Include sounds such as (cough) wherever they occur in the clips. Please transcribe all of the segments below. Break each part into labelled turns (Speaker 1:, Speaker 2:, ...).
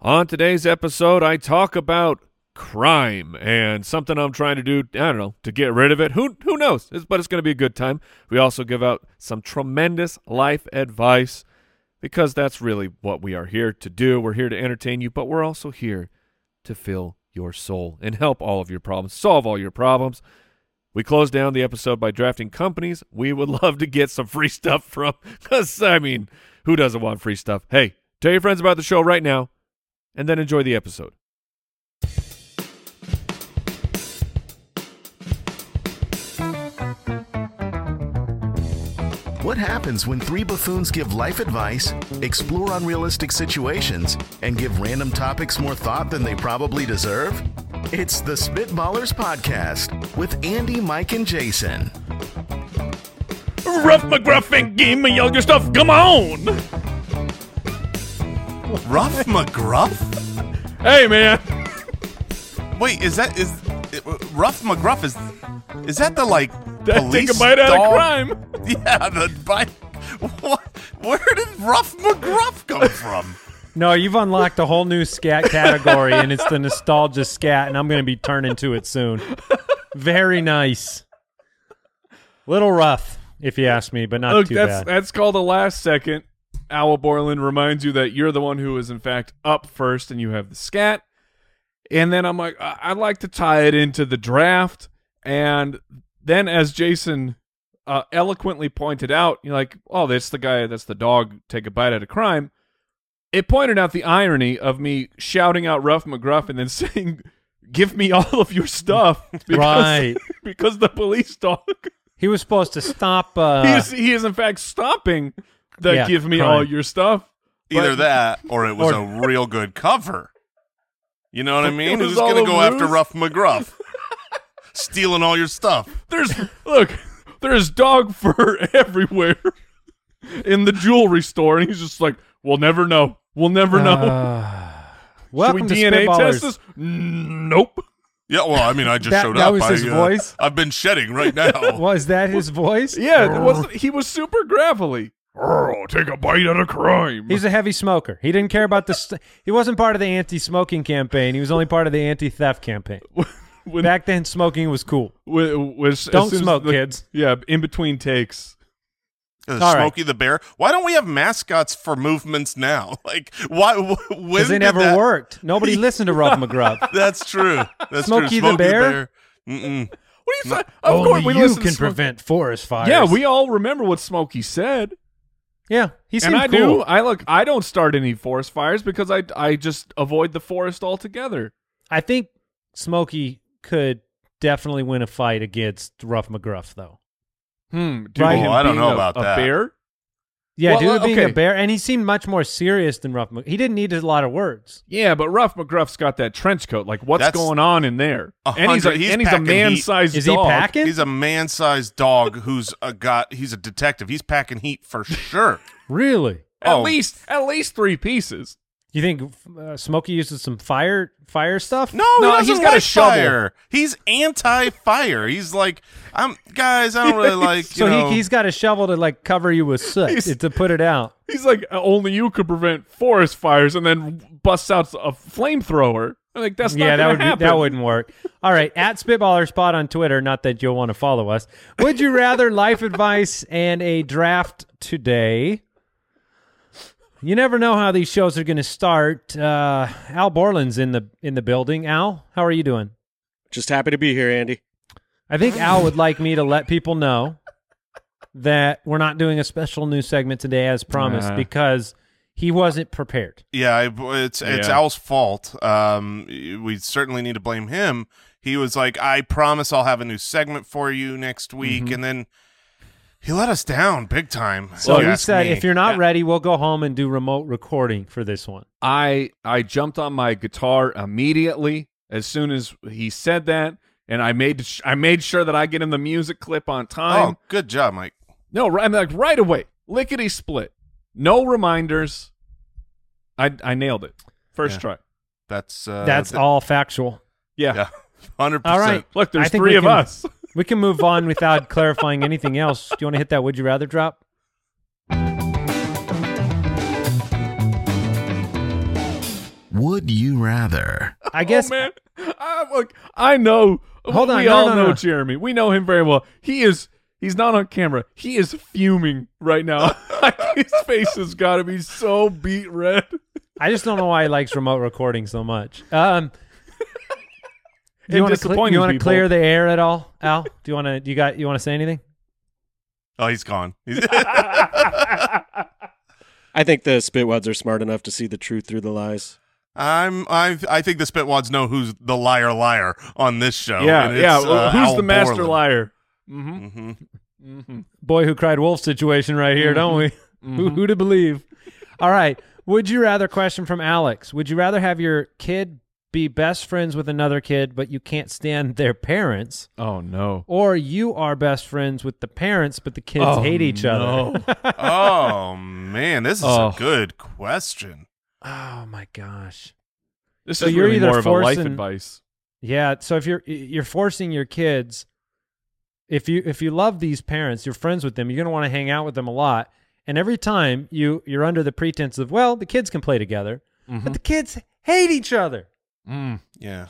Speaker 1: On today's episode, I talk about crime and something I'm trying to do. I don't know to get rid of it. Who who knows? It's, but it's going to be a good time. We also give out some tremendous life advice because that's really what we are here to do. We're here to entertain you, but we're also here to fill your soul and help all of your problems, solve all your problems. We close down the episode by drafting companies. We would (laughs) love to get some free stuff from because I mean, who doesn't want free stuff? Hey, tell your friends about the show right now and then enjoy the episode.
Speaker 2: What happens when three buffoons give life advice, explore unrealistic situations, and give random topics more thought than they probably deserve? It's the Spitballers Podcast with Andy, Mike, and Jason.
Speaker 1: Rough McGruff and give me all your stuff. Come on.
Speaker 3: Ruff McGruff?
Speaker 1: Hey, man. (laughs)
Speaker 3: Wait, is that is Ruff McGruff is is that the
Speaker 4: (laughs)
Speaker 3: like
Speaker 1: That
Speaker 3: police
Speaker 1: take a bite out of
Speaker 3: dog?
Speaker 1: crime.
Speaker 3: (laughs) Yeah, the bite. What? Where did Ruff McGruff come from?
Speaker 4: No, you've unlocked a whole new scat category, and it's the nostalgia scat, and I'm going to be turning to it soon. Very nice. Little rough, if you ask me, but not
Speaker 1: Look,
Speaker 4: too
Speaker 1: that's
Speaker 4: bad.
Speaker 1: that's called the last second. Owl Borland reminds you that you're the one who is in fact up first, and you have the scat. And then I'm like, I- I'd like to tie it into the draft, and then as Jason uh, eloquently pointed out, you're like, oh, that's the guy, that's the dog, take a bite out of crime. It pointed out the irony of me shouting out Ruff McGruff and then (laughs) saying, "Give me all of your stuff," (laughs) because,
Speaker 4: Right.
Speaker 1: (laughs) because the police dog
Speaker 4: He was supposed to stop. Uh,
Speaker 1: (laughs) he is, he is in fact stopping the
Speaker 4: Yeah,
Speaker 1: give me
Speaker 4: crime.
Speaker 1: all your stuff.
Speaker 3: Either
Speaker 1: But-
Speaker 3: that, or it was
Speaker 4: Or-
Speaker 3: a real good cover. You know what I mean?
Speaker 1: was
Speaker 3: Who's
Speaker 1: all
Speaker 3: gonna
Speaker 1: a
Speaker 3: go after
Speaker 1: ruse.
Speaker 3: Ruff McGruff? Stealing all your stuff.
Speaker 1: There's look, there's dog (laughs) fur everywhere in the jewelry store, and he's just like, "We'll never know. We'll never know."
Speaker 4: uh,
Speaker 1: Should we
Speaker 4: (laughs) welcome to
Speaker 1: DNA
Speaker 4: Spitballers.
Speaker 1: test this? Mm, Nope.
Speaker 3: Yeah, well, I mean, I just
Speaker 4: That-
Speaker 3: showed
Speaker 4: that
Speaker 3: up.
Speaker 4: was
Speaker 3: I, uh,
Speaker 4: his voice?
Speaker 3: I've been shedding right
Speaker 4: (laughs)
Speaker 3: now. Uh,
Speaker 4: Was that his voice?
Speaker 1: Yeah, it wasn't, he was super gravelly. Oh, take a bite out of crime.
Speaker 4: He's a heavy smoker. He didn't care about the. St- he wasn't part of the anti-smoking campaign. He was only part of the anti-theft campaign.
Speaker 1: when,
Speaker 4: Back then, smoking was cool.
Speaker 1: when- when- as
Speaker 4: Don't
Speaker 1: soon as
Speaker 4: smoke,
Speaker 1: the-
Speaker 4: kids.
Speaker 1: Yeah, in between takes.
Speaker 3: Uh,
Speaker 4: All right.
Speaker 3: Smokey the Bear. Why don't we have mascots for movements now? (laughs) Like, why? wh- When
Speaker 4: Because they
Speaker 3: did
Speaker 4: never
Speaker 3: that-
Speaker 4: worked.
Speaker 1: (laughs)
Speaker 4: Nobody listened to Ruff McGruff.
Speaker 3: That's true. That's
Speaker 4: Smokey
Speaker 3: true.
Speaker 4: the Bear?
Speaker 3: Mm-mm.
Speaker 1: What are you saying? Of course, we listen to Smokey.
Speaker 4: forest fires.
Speaker 1: Yeah, we all remember what Smokey said.
Speaker 4: Yeah, he seemed
Speaker 1: and I
Speaker 4: cool.
Speaker 1: do. I look. I don't start any forest fires because I I just avoid the forest altogether.
Speaker 4: I think Smokey could definitely win a fight against Ruff McGruff, though.
Speaker 1: Hmm.
Speaker 4: Right.
Speaker 1: him
Speaker 3: Oh, I don't
Speaker 1: being
Speaker 3: know
Speaker 1: a-
Speaker 3: about
Speaker 1: a
Speaker 3: that.
Speaker 1: Bear.
Speaker 4: Yeah,
Speaker 1: Well,
Speaker 4: dude,
Speaker 1: uh,
Speaker 4: being
Speaker 1: okay.
Speaker 4: a bear, and he seemed much more serious than Ruff McGruff. He didn't need a lot of words.
Speaker 1: Yeah, but Ruff McGruff's got that trench coat. Like, what's
Speaker 3: That's
Speaker 1: going on in there?
Speaker 3: a
Speaker 1: And he's a
Speaker 3: hundred- he's
Speaker 1: and he's a
Speaker 3: packing heat.
Speaker 1: man-sized
Speaker 4: Is
Speaker 1: dog.
Speaker 4: he packing?
Speaker 3: He's a man-sized dog who's a got. He's a detective. He's packing heat for
Speaker 4: (laughs)
Speaker 3: sure.
Speaker 4: really?
Speaker 1: At
Speaker 3: Oh.
Speaker 1: least at least three pieces.
Speaker 4: You think uh, Smokey uses some fire fire stuff?
Speaker 3: No,
Speaker 1: No,
Speaker 3: he doesn't
Speaker 1: he's got a
Speaker 3: like
Speaker 1: shovel.
Speaker 3: fire. He's anti-fire. He's like, I'm guys. I don't
Speaker 4: (laughs)
Speaker 3: really like. You
Speaker 4: So
Speaker 3: know,
Speaker 4: he, he's got a shovel to like cover you with
Speaker 1: He's-
Speaker 4: soot to put it out.
Speaker 1: He's like uh, only you could prevent forest fires, and then busts out a flamethrower. I'm like that's not
Speaker 4: yeah, that
Speaker 1: gonna
Speaker 4: would be,
Speaker 1: happen.
Speaker 4: that wouldn't work. All right, at Spitballer Spot on Twitter. Not that you'll want to follow us. Would you rather life advice and a draft today? You never know how these shows are going to start. Uh, Al Borland's in the in the building. Al, how are you doing?
Speaker 5: Just happy to be here, Andy.
Speaker 4: I think Al would like me to let people know that we're not doing a special news segment today as promised
Speaker 1: Uh.
Speaker 4: because he wasn't prepared.
Speaker 3: Yeah, I, it's it's
Speaker 1: Yeah.
Speaker 3: Al's fault. Um, we certainly need to blame him.
Speaker 4: Mm-hmm.
Speaker 3: He was like, "I promise I'll have a new segment for you next week," and then He let us down big time.
Speaker 4: So
Speaker 3: if you
Speaker 4: we
Speaker 3: ask
Speaker 4: said,
Speaker 3: me.
Speaker 4: if you're not
Speaker 3: Yeah.
Speaker 4: ready, we'll go home and do remote recording for this one.
Speaker 1: I I jumped on my guitar immediately as soon as he said that, and I made sh- I made sure that I get him the music clip on time.
Speaker 3: oh, good job, Mike.
Speaker 1: No, right, I'm like right away, lickety split, no reminders. I I nailed it first
Speaker 3: Yeah.
Speaker 1: try.
Speaker 3: That's uh,
Speaker 4: That's
Speaker 3: th-
Speaker 4: all factual.
Speaker 1: Yeah.
Speaker 3: (laughs) Yeah, hundred
Speaker 4: All right.
Speaker 3: percent.
Speaker 1: Look,
Speaker 4: I
Speaker 1: there's
Speaker 4: think
Speaker 1: three
Speaker 4: we
Speaker 1: of
Speaker 4: can-
Speaker 1: us. (laughs)
Speaker 4: We can move on without clarifying anything else. Do you want to hit that would you rather drop?
Speaker 2: Would you rather?
Speaker 4: I guess
Speaker 1: oh, man, I, look, I know.
Speaker 4: Hold on,
Speaker 1: we
Speaker 4: no,
Speaker 1: all
Speaker 4: no,
Speaker 1: know
Speaker 4: no.
Speaker 1: Jeremy. We know him very well. He is. He's not on camera. He is fuming right
Speaker 3: (laughs)
Speaker 1: now. (laughs) His face has got to be so beat red.
Speaker 4: I just don't know why he likes remote recording so much.
Speaker 1: (laughs)
Speaker 4: Um Do
Speaker 1: And
Speaker 4: you want to
Speaker 1: disappointing
Speaker 4: you want to
Speaker 1: people.
Speaker 4: clear the air at all, Al? Do you want to you got you want to say anything?
Speaker 3: Oh, he's gone. He's- (laughs)
Speaker 5: I think the Spitwads are smart enough to see the truth through the lies.
Speaker 3: I'm. I. I think the Spitwads know who's the liar, liar on this show.
Speaker 1: Yeah,
Speaker 3: and it's,
Speaker 1: yeah.
Speaker 3: uh,
Speaker 1: Who's
Speaker 3: Al
Speaker 1: the master
Speaker 3: Borland.
Speaker 1: liar? Mm-hmm.
Speaker 3: hmm
Speaker 4: boy who cried wolf situation right here, don't we?
Speaker 1: Mm-hmm.
Speaker 4: (laughs) Who, who to believe? All right. Would you rather question from Alex? Would you rather have your kid be best friends with another kid, but you can't stand (laughs) their parents,
Speaker 1: Oh no.
Speaker 4: or you are best friends with the parents, but the kids
Speaker 1: Oh,
Speaker 4: hate each
Speaker 1: no.
Speaker 4: other?
Speaker 3: oh man, this is
Speaker 1: Oh.
Speaker 3: a good question.
Speaker 4: (laughs) oh my gosh.
Speaker 1: This
Speaker 4: So
Speaker 1: is
Speaker 4: you're
Speaker 1: really
Speaker 4: either
Speaker 1: more of a life
Speaker 4: forcing-
Speaker 1: advice.
Speaker 4: Yeah, so if you're you're forcing your kids if you if you love these parents, you're friends with them, you're going to want to hang out with them a lot. And every time you you're under the pretense of, well, the kids can play together,
Speaker 1: Mm-hmm.
Speaker 4: but the kids hate each other. Hmm.
Speaker 3: Yeah.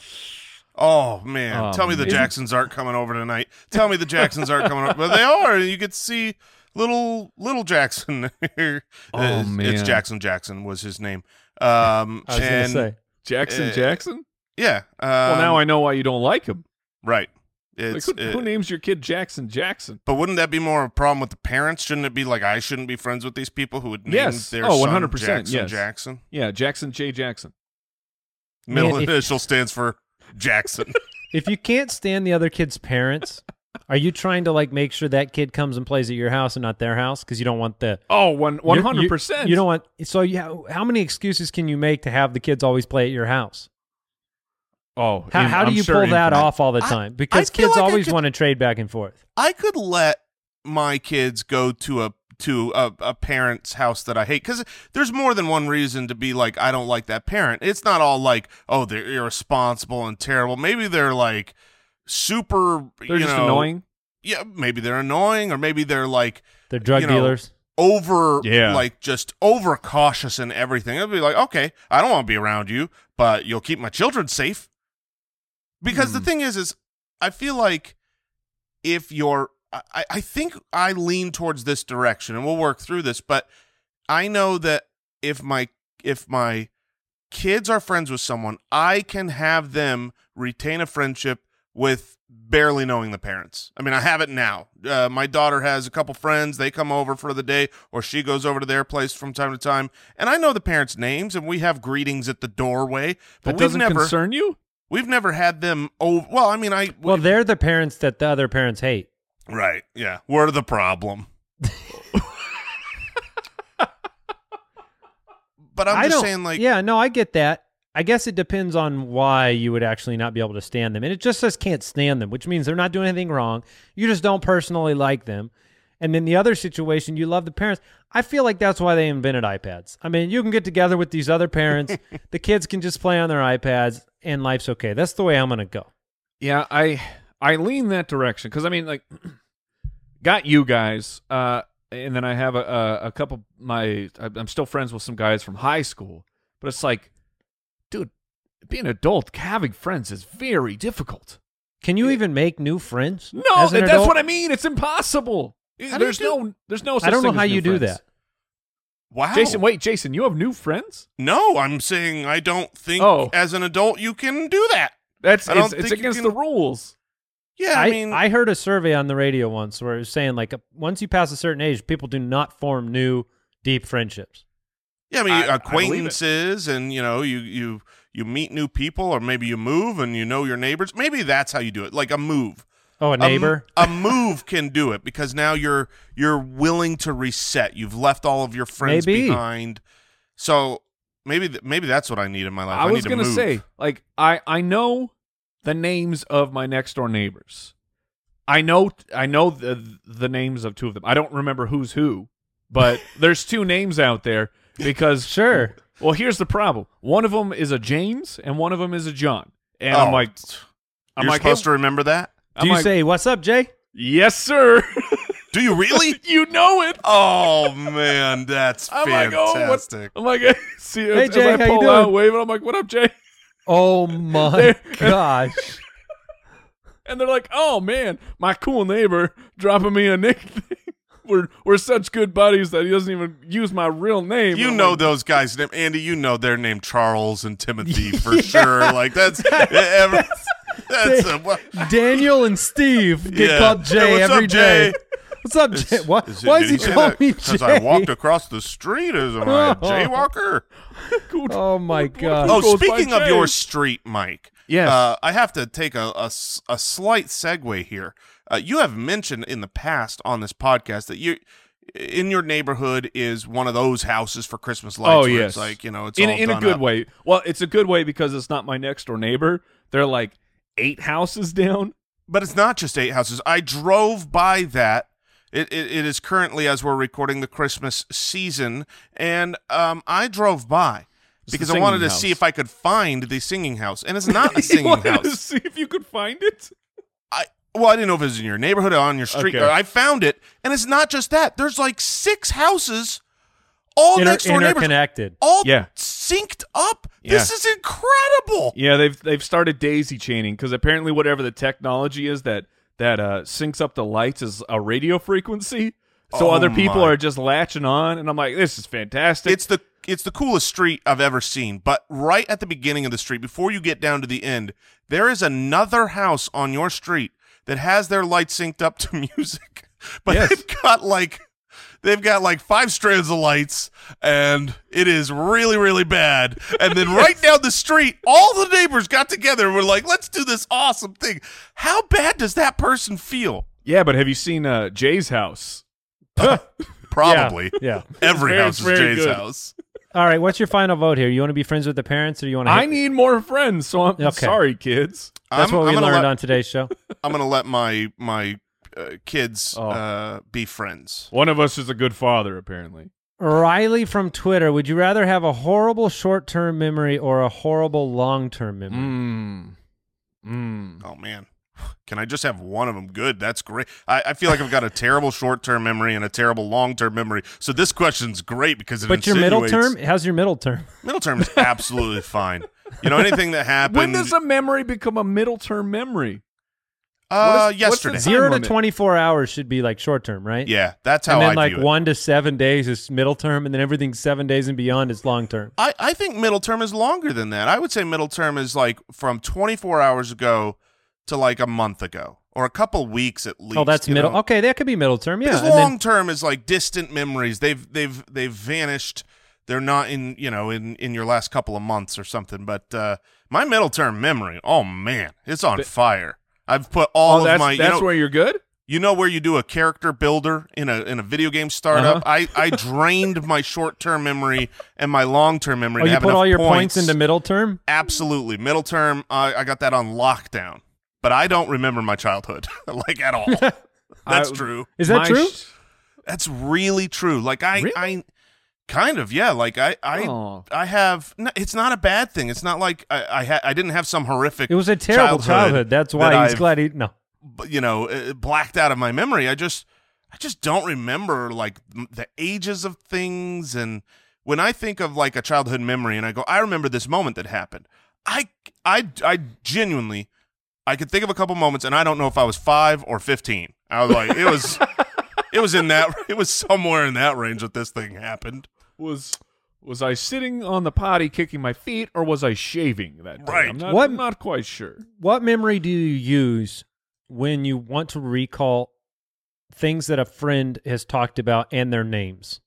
Speaker 3: Oh man,
Speaker 1: Oh,
Speaker 3: tell me the
Speaker 1: man.
Speaker 3: Jacksons aren't coming over tonight. Tell me the Jacksons aren't coming over. But they are. You could see little little Jackson. (laughs) oh
Speaker 1: man.
Speaker 3: it's Jackson. Jackson was his name. Um,
Speaker 4: I was going to
Speaker 3: and
Speaker 4: say.
Speaker 1: Jackson
Speaker 3: Uh,
Speaker 1: Jackson.
Speaker 3: yeah. Um,
Speaker 1: well, now I know why you don't like him.
Speaker 3: right.
Speaker 1: Like,
Speaker 3: It's,
Speaker 1: who, who
Speaker 3: uh,
Speaker 1: names your kid Jackson Jackson?
Speaker 3: But wouldn't that be more of a problem with the parents? Shouldn't it be like I shouldn't be friends with these people who would name
Speaker 1: Yes.
Speaker 3: their
Speaker 1: Oh,
Speaker 3: son
Speaker 1: 100%,
Speaker 3: Jackson
Speaker 1: yes.
Speaker 3: Jackson?
Speaker 1: Yeah, Jackson J. Jackson.
Speaker 3: Middle
Speaker 4: Man, if-
Speaker 3: initial stands for
Speaker 1: (laughs)
Speaker 3: Jackson.
Speaker 4: If you can't stand the other kid's parents, are you trying to like make sure that kid comes and plays at your house and not their house cuz you don't want the
Speaker 1: Oh, one
Speaker 4: you-
Speaker 1: one
Speaker 4: you-
Speaker 1: hundred percent.
Speaker 4: You don't want so yeah, how many excuses can you make to have the kids always play at your house?
Speaker 1: Oh,
Speaker 4: How,
Speaker 1: in-
Speaker 4: how do
Speaker 1: I'm
Speaker 4: you
Speaker 1: sure
Speaker 4: pull that
Speaker 1: infinite.
Speaker 4: off all the
Speaker 3: I-
Speaker 4: time? Because
Speaker 3: feel
Speaker 4: kids
Speaker 3: like I
Speaker 4: always
Speaker 3: could-
Speaker 4: want to trade back and forth.
Speaker 3: I could let my kids go to a to a, a parent's house that I hate because there's more than one reason to be like I don't like that parent. It's not all like oh they're irresponsible and terrible. Maybe they're like super.
Speaker 1: They're
Speaker 3: you
Speaker 1: just
Speaker 3: know-
Speaker 1: annoying.
Speaker 3: Yeah, maybe they're annoying, or maybe they're like
Speaker 4: They're drug
Speaker 3: you know,
Speaker 4: dealers.
Speaker 3: over
Speaker 1: Yeah.
Speaker 3: like just over cautious in everything. I'd be like, okay, I don't want to be around you, but you'll keep my children safe. Because the thing is, is I feel like if you're I- I, I think I lean towards this direction and we'll work through this, but I know that if my if my kids are friends with someone, I can have them retain a friendship with barely knowing the parents. I mean, I have it now. Uh, my daughter has a couple friends. They come over for the day, or she goes over to their place from time to time, and I know the parents' names, and we have greetings at the doorway.
Speaker 1: That
Speaker 3: But we've
Speaker 1: doesn't
Speaker 3: never
Speaker 1: concern you.
Speaker 3: we've never had them. Oh, well, I mean, I
Speaker 4: Well, they're the parents that the other parents hate.
Speaker 3: right, yeah, we're the problem. but I'm
Speaker 4: I
Speaker 3: just
Speaker 4: don't-
Speaker 3: saying, like,
Speaker 4: yeah, no, I get that. I guess it depends on why you would actually not be able to stand them, and it just says can't stand them, which means they're not doing anything wrong. You just don't personally like them. And then the other situation, you love the parents. I feel like that's why they invented iPads. I mean, you can get together with these other parents.
Speaker 3: (laughs)
Speaker 4: the kids can just play on their iPads, and life's okay. That's the way I'm gonna go.
Speaker 1: Yeah, I I lean that direction because I mean, like, (clears throat) got you guys, uh, and then I have a a, a couple. My I- I'm still friends with some guys from high school, but it's like, dude, being an adult, having friends is very difficult.
Speaker 4: Can you even make new friends?
Speaker 1: No,
Speaker 4: as an
Speaker 1: that's
Speaker 4: adult?
Speaker 1: what I mean. It's impossible. Eh,
Speaker 3: do
Speaker 1: there's
Speaker 3: you
Speaker 1: no, there's no. Such
Speaker 4: I don't know
Speaker 1: thing as
Speaker 4: how
Speaker 1: new
Speaker 4: you do
Speaker 1: friends.
Speaker 4: that.
Speaker 3: wow,
Speaker 1: Jason. Wait, Jason, you have new friends?
Speaker 3: No, I'm saying I don't think
Speaker 1: Oh.
Speaker 3: as an adult you can do that.
Speaker 1: That's
Speaker 3: I don't
Speaker 1: it's, it's
Speaker 3: think you
Speaker 1: against
Speaker 3: can-
Speaker 1: the rules.
Speaker 3: Yeah, I, mean,
Speaker 4: I heard a survey on the radio once where it was saying like uh, once you pass a certain age, people do not form new deep friendships.
Speaker 3: yeah, I mean
Speaker 1: I- I believe it.
Speaker 3: acquaintances, and you know, you you you meet new people, or maybe you move and you know your neighbors. Maybe that's how you do it, like a move.
Speaker 4: Oh, a
Speaker 3: m-
Speaker 4: neighbor?
Speaker 3: a move can do it because now you're you're willing to reset. You've left all of your friends
Speaker 4: Maybe.
Speaker 3: behind. So maybe th- maybe that's what I need in my life.
Speaker 1: I,
Speaker 3: I,
Speaker 1: was
Speaker 3: need
Speaker 1: gonna
Speaker 3: to move.
Speaker 1: say, like, I I know the names of my next door neighbors. I know I know the the names of two of them. I don't remember who's who,
Speaker 4: (laughs)
Speaker 1: but there's two names out there because
Speaker 4: Sure.
Speaker 1: Well, here's the problem. One of them is a James, and one of them is a John. And
Speaker 3: Oh,
Speaker 1: I'm like, I'm
Speaker 3: you're
Speaker 1: like,
Speaker 3: supposed
Speaker 1: hey-
Speaker 3: to remember that.
Speaker 1: I'm
Speaker 4: Do you
Speaker 1: like,
Speaker 4: say what's up, Jay?
Speaker 1: yes, sir? (laughs)
Speaker 3: Do you really?
Speaker 1: you know it.
Speaker 3: oh man, that's
Speaker 1: I'm like, oh, what?
Speaker 3: fantastic.
Speaker 1: I'm like, (laughs) see, as,
Speaker 4: Jay,
Speaker 1: as
Speaker 4: how
Speaker 1: I
Speaker 4: you
Speaker 1: pull out,
Speaker 4: doing?
Speaker 1: waving, I'm like, what up, Jay?
Speaker 4: Oh my gosh.
Speaker 1: And they're like, "Oh man, my cool neighbor dropping me a (laughs) nickname. we're we're such good buddies that he doesn't even use my real name."
Speaker 3: you
Speaker 1: I'm
Speaker 3: know
Speaker 1: like,
Speaker 3: those guys' name, Andy. You know their name, Charles and
Speaker 1: (laughs)
Speaker 3: Timothy for sure. Like that's every, that's a, what-
Speaker 4: (laughs) Daniel and Steve get
Speaker 3: Yeah.
Speaker 4: called
Speaker 3: Hey,
Speaker 4: Jay
Speaker 3: what's
Speaker 4: every
Speaker 3: up,
Speaker 4: day.
Speaker 3: Jay?
Speaker 4: What's up, Jay? Why,
Speaker 3: Is it-
Speaker 4: why
Speaker 3: did
Speaker 4: does he
Speaker 3: say
Speaker 4: call
Speaker 3: that?
Speaker 4: me Jay?
Speaker 3: Because I walked across the street as am I
Speaker 1: (laughs)
Speaker 3: a jaywalker.
Speaker 1: cool-
Speaker 4: Oh my
Speaker 1: what- what if
Speaker 4: God.
Speaker 1: he
Speaker 3: Oh,
Speaker 1: Oh. goes by
Speaker 3: speaking of
Speaker 1: Jay?
Speaker 3: your street, Mike.
Speaker 1: Yes.
Speaker 3: Uh, I have to take a, a s- a slight segue here. Uh, you have mentioned in the past on this podcast that you in your neighborhood is one of those houses for Christmas lights.
Speaker 1: oh
Speaker 3: where
Speaker 1: yes,
Speaker 3: it's like you know, it's
Speaker 1: in,
Speaker 3: all
Speaker 1: in a
Speaker 3: done
Speaker 1: good
Speaker 3: up.
Speaker 1: way. Well, it's a good way because it's not my next door neighbor. They're like eight houses down. (laughs)
Speaker 3: But it's not just eight houses. I drove by that. It, it, it is currently as we're recording the Christmas season, and um, I drove by
Speaker 1: It's the
Speaker 3: because I wanted
Speaker 1: singing
Speaker 3: to see
Speaker 1: house.
Speaker 3: if I could find the singing house,
Speaker 1: (laughs)
Speaker 3: and it's not a
Speaker 1: You
Speaker 3: singing
Speaker 1: wanted to
Speaker 3: house.
Speaker 1: see if you could find it.
Speaker 3: I well, I didn't know if it was in your neighborhood or on your street.
Speaker 1: Okay.
Speaker 3: I found it, and it's not just that. There's like six houses, all
Speaker 4: Inter-
Speaker 3: next door neighbors,
Speaker 4: interconnected.
Speaker 3: all
Speaker 1: Yeah.
Speaker 3: synced up.
Speaker 1: Yeah.
Speaker 3: This is incredible.
Speaker 1: Yeah, they've they've started daisy chaining because apparently whatever the technology is that that uh, syncs up the lights is a radio frequency. So
Speaker 3: Oh
Speaker 1: other people
Speaker 3: my.
Speaker 1: are just latching on, and I'm like, this is fantastic.
Speaker 3: It's the it's the coolest street I've ever seen. But right at the beginning of the street, before you get down to the end, there is another house on your street that has their lights synced up to (laughs) music. But
Speaker 1: Yes.
Speaker 3: they've got like they've got like five strands of lights and it is really, really bad. And
Speaker 4: (laughs)
Speaker 3: then right down the street, all the neighbors got together and were like, let's do this awesome thing. How bad does that person feel?
Speaker 1: yeah, but have you seen uh, Jay's house?
Speaker 4: (laughs)
Speaker 3: Probably.
Speaker 4: Yeah.
Speaker 3: Every
Speaker 1: Very-
Speaker 3: house is
Speaker 1: very
Speaker 3: Jay's
Speaker 1: good.
Speaker 3: house.
Speaker 4: All right. What's your final vote here? You want to be friends with the parents, or you want to?
Speaker 1: I need more friends, so I'm
Speaker 4: Okay.
Speaker 1: sorry, kids.
Speaker 4: That's
Speaker 3: I'm-
Speaker 4: what we
Speaker 3: I'm gonna
Speaker 4: learned
Speaker 3: let-
Speaker 4: on today's show.
Speaker 3: I'm gonna let my my uh, kids
Speaker 1: Oh.
Speaker 3: uh, be friends.
Speaker 1: One of us is a good father, apparently.
Speaker 4: Riley from Twitter. Would you rather have a horrible short-term memory or a horrible long-term memory?
Speaker 1: Mm. Mm.
Speaker 3: Oh man, can I just have one of them good? That's great. I, I feel like I've got a terrible short term memory and a terrible long term memory. So this question's great because it
Speaker 4: But your middle term?
Speaker 3: insinuates-
Speaker 4: How's your middle term?
Speaker 3: (laughs) middle term is
Speaker 4: (laughs)
Speaker 3: absolutely fine. You know anything that happened?
Speaker 1: When does a memory become a middle term memory?
Speaker 3: uh,
Speaker 1: what is- what's the
Speaker 3: yesterday?
Speaker 1: time
Speaker 4: Zero to
Speaker 1: limit?
Speaker 4: twenty-four hours should be like short-term, right?
Speaker 3: Yeah, that's how
Speaker 4: And then
Speaker 3: I
Speaker 4: like
Speaker 3: view it.
Speaker 4: one to seven days is middle term, and then everything seven days and beyond is long term.
Speaker 3: I, I think middle term is longer than that. I would say middle term is like from 24 hours ago to like a month ago or a couple weeks at least.
Speaker 4: Oh, that's
Speaker 3: you
Speaker 4: middle.
Speaker 3: know?
Speaker 4: Okay, that could be middle term. Yeah.
Speaker 3: Because
Speaker 4: and then-
Speaker 3: long term is like distant memories. They've they've they've vanished. They're not in you know in in your last couple of months or something. But uh, my middle term memory, oh man, it's on fire. I've put all
Speaker 1: oh,
Speaker 3: of
Speaker 1: that's,
Speaker 3: my you
Speaker 1: that's
Speaker 3: know,
Speaker 1: where you're good?
Speaker 3: you know where you do a character builder in a in a video game
Speaker 4: Uh-huh.
Speaker 3: startup. I I drained my short term memory and my long term memory.
Speaker 4: oh,
Speaker 3: to
Speaker 4: you
Speaker 3: have
Speaker 4: put
Speaker 3: enough
Speaker 4: all your
Speaker 3: points,
Speaker 4: points into middle term.
Speaker 3: absolutely middle term. I, I got that on lockdown. But I don't remember my childhood (laughs) like at
Speaker 4: (laughs)
Speaker 3: all. That's
Speaker 1: I-
Speaker 3: true.
Speaker 4: Is that
Speaker 1: My
Speaker 4: true?
Speaker 1: sh-
Speaker 3: That's really true. Like I,
Speaker 1: Really?
Speaker 3: I kind of yeah. Like I, I,
Speaker 4: Oh.
Speaker 1: Aw.
Speaker 3: I have. No, it's not a bad thing. It's not like I, I, ha- I didn't have some horrific.
Speaker 4: It was a terrible childhood. That's why
Speaker 3: that
Speaker 4: he's
Speaker 3: I've,
Speaker 4: glad he no.
Speaker 3: b- You know, uh, blacked out of my memory. I just, I just don't remember like m- the ages of things. And when I think of like a childhood memory, and I go, I remember this moment that happened. I, I, I genuinely, I could think of a couple moments, and I don't know if I was five or fifteen. I was like, it was. It was in that. It was somewhere in that range that this thing happened.
Speaker 1: was was I sitting on the potty kicking my feet or was I shaving that day?
Speaker 3: Right.
Speaker 1: I'm not,
Speaker 4: What-
Speaker 1: I'm not quite sure.
Speaker 4: What memory do you use when you want to recall things that a friend has talked about and their names?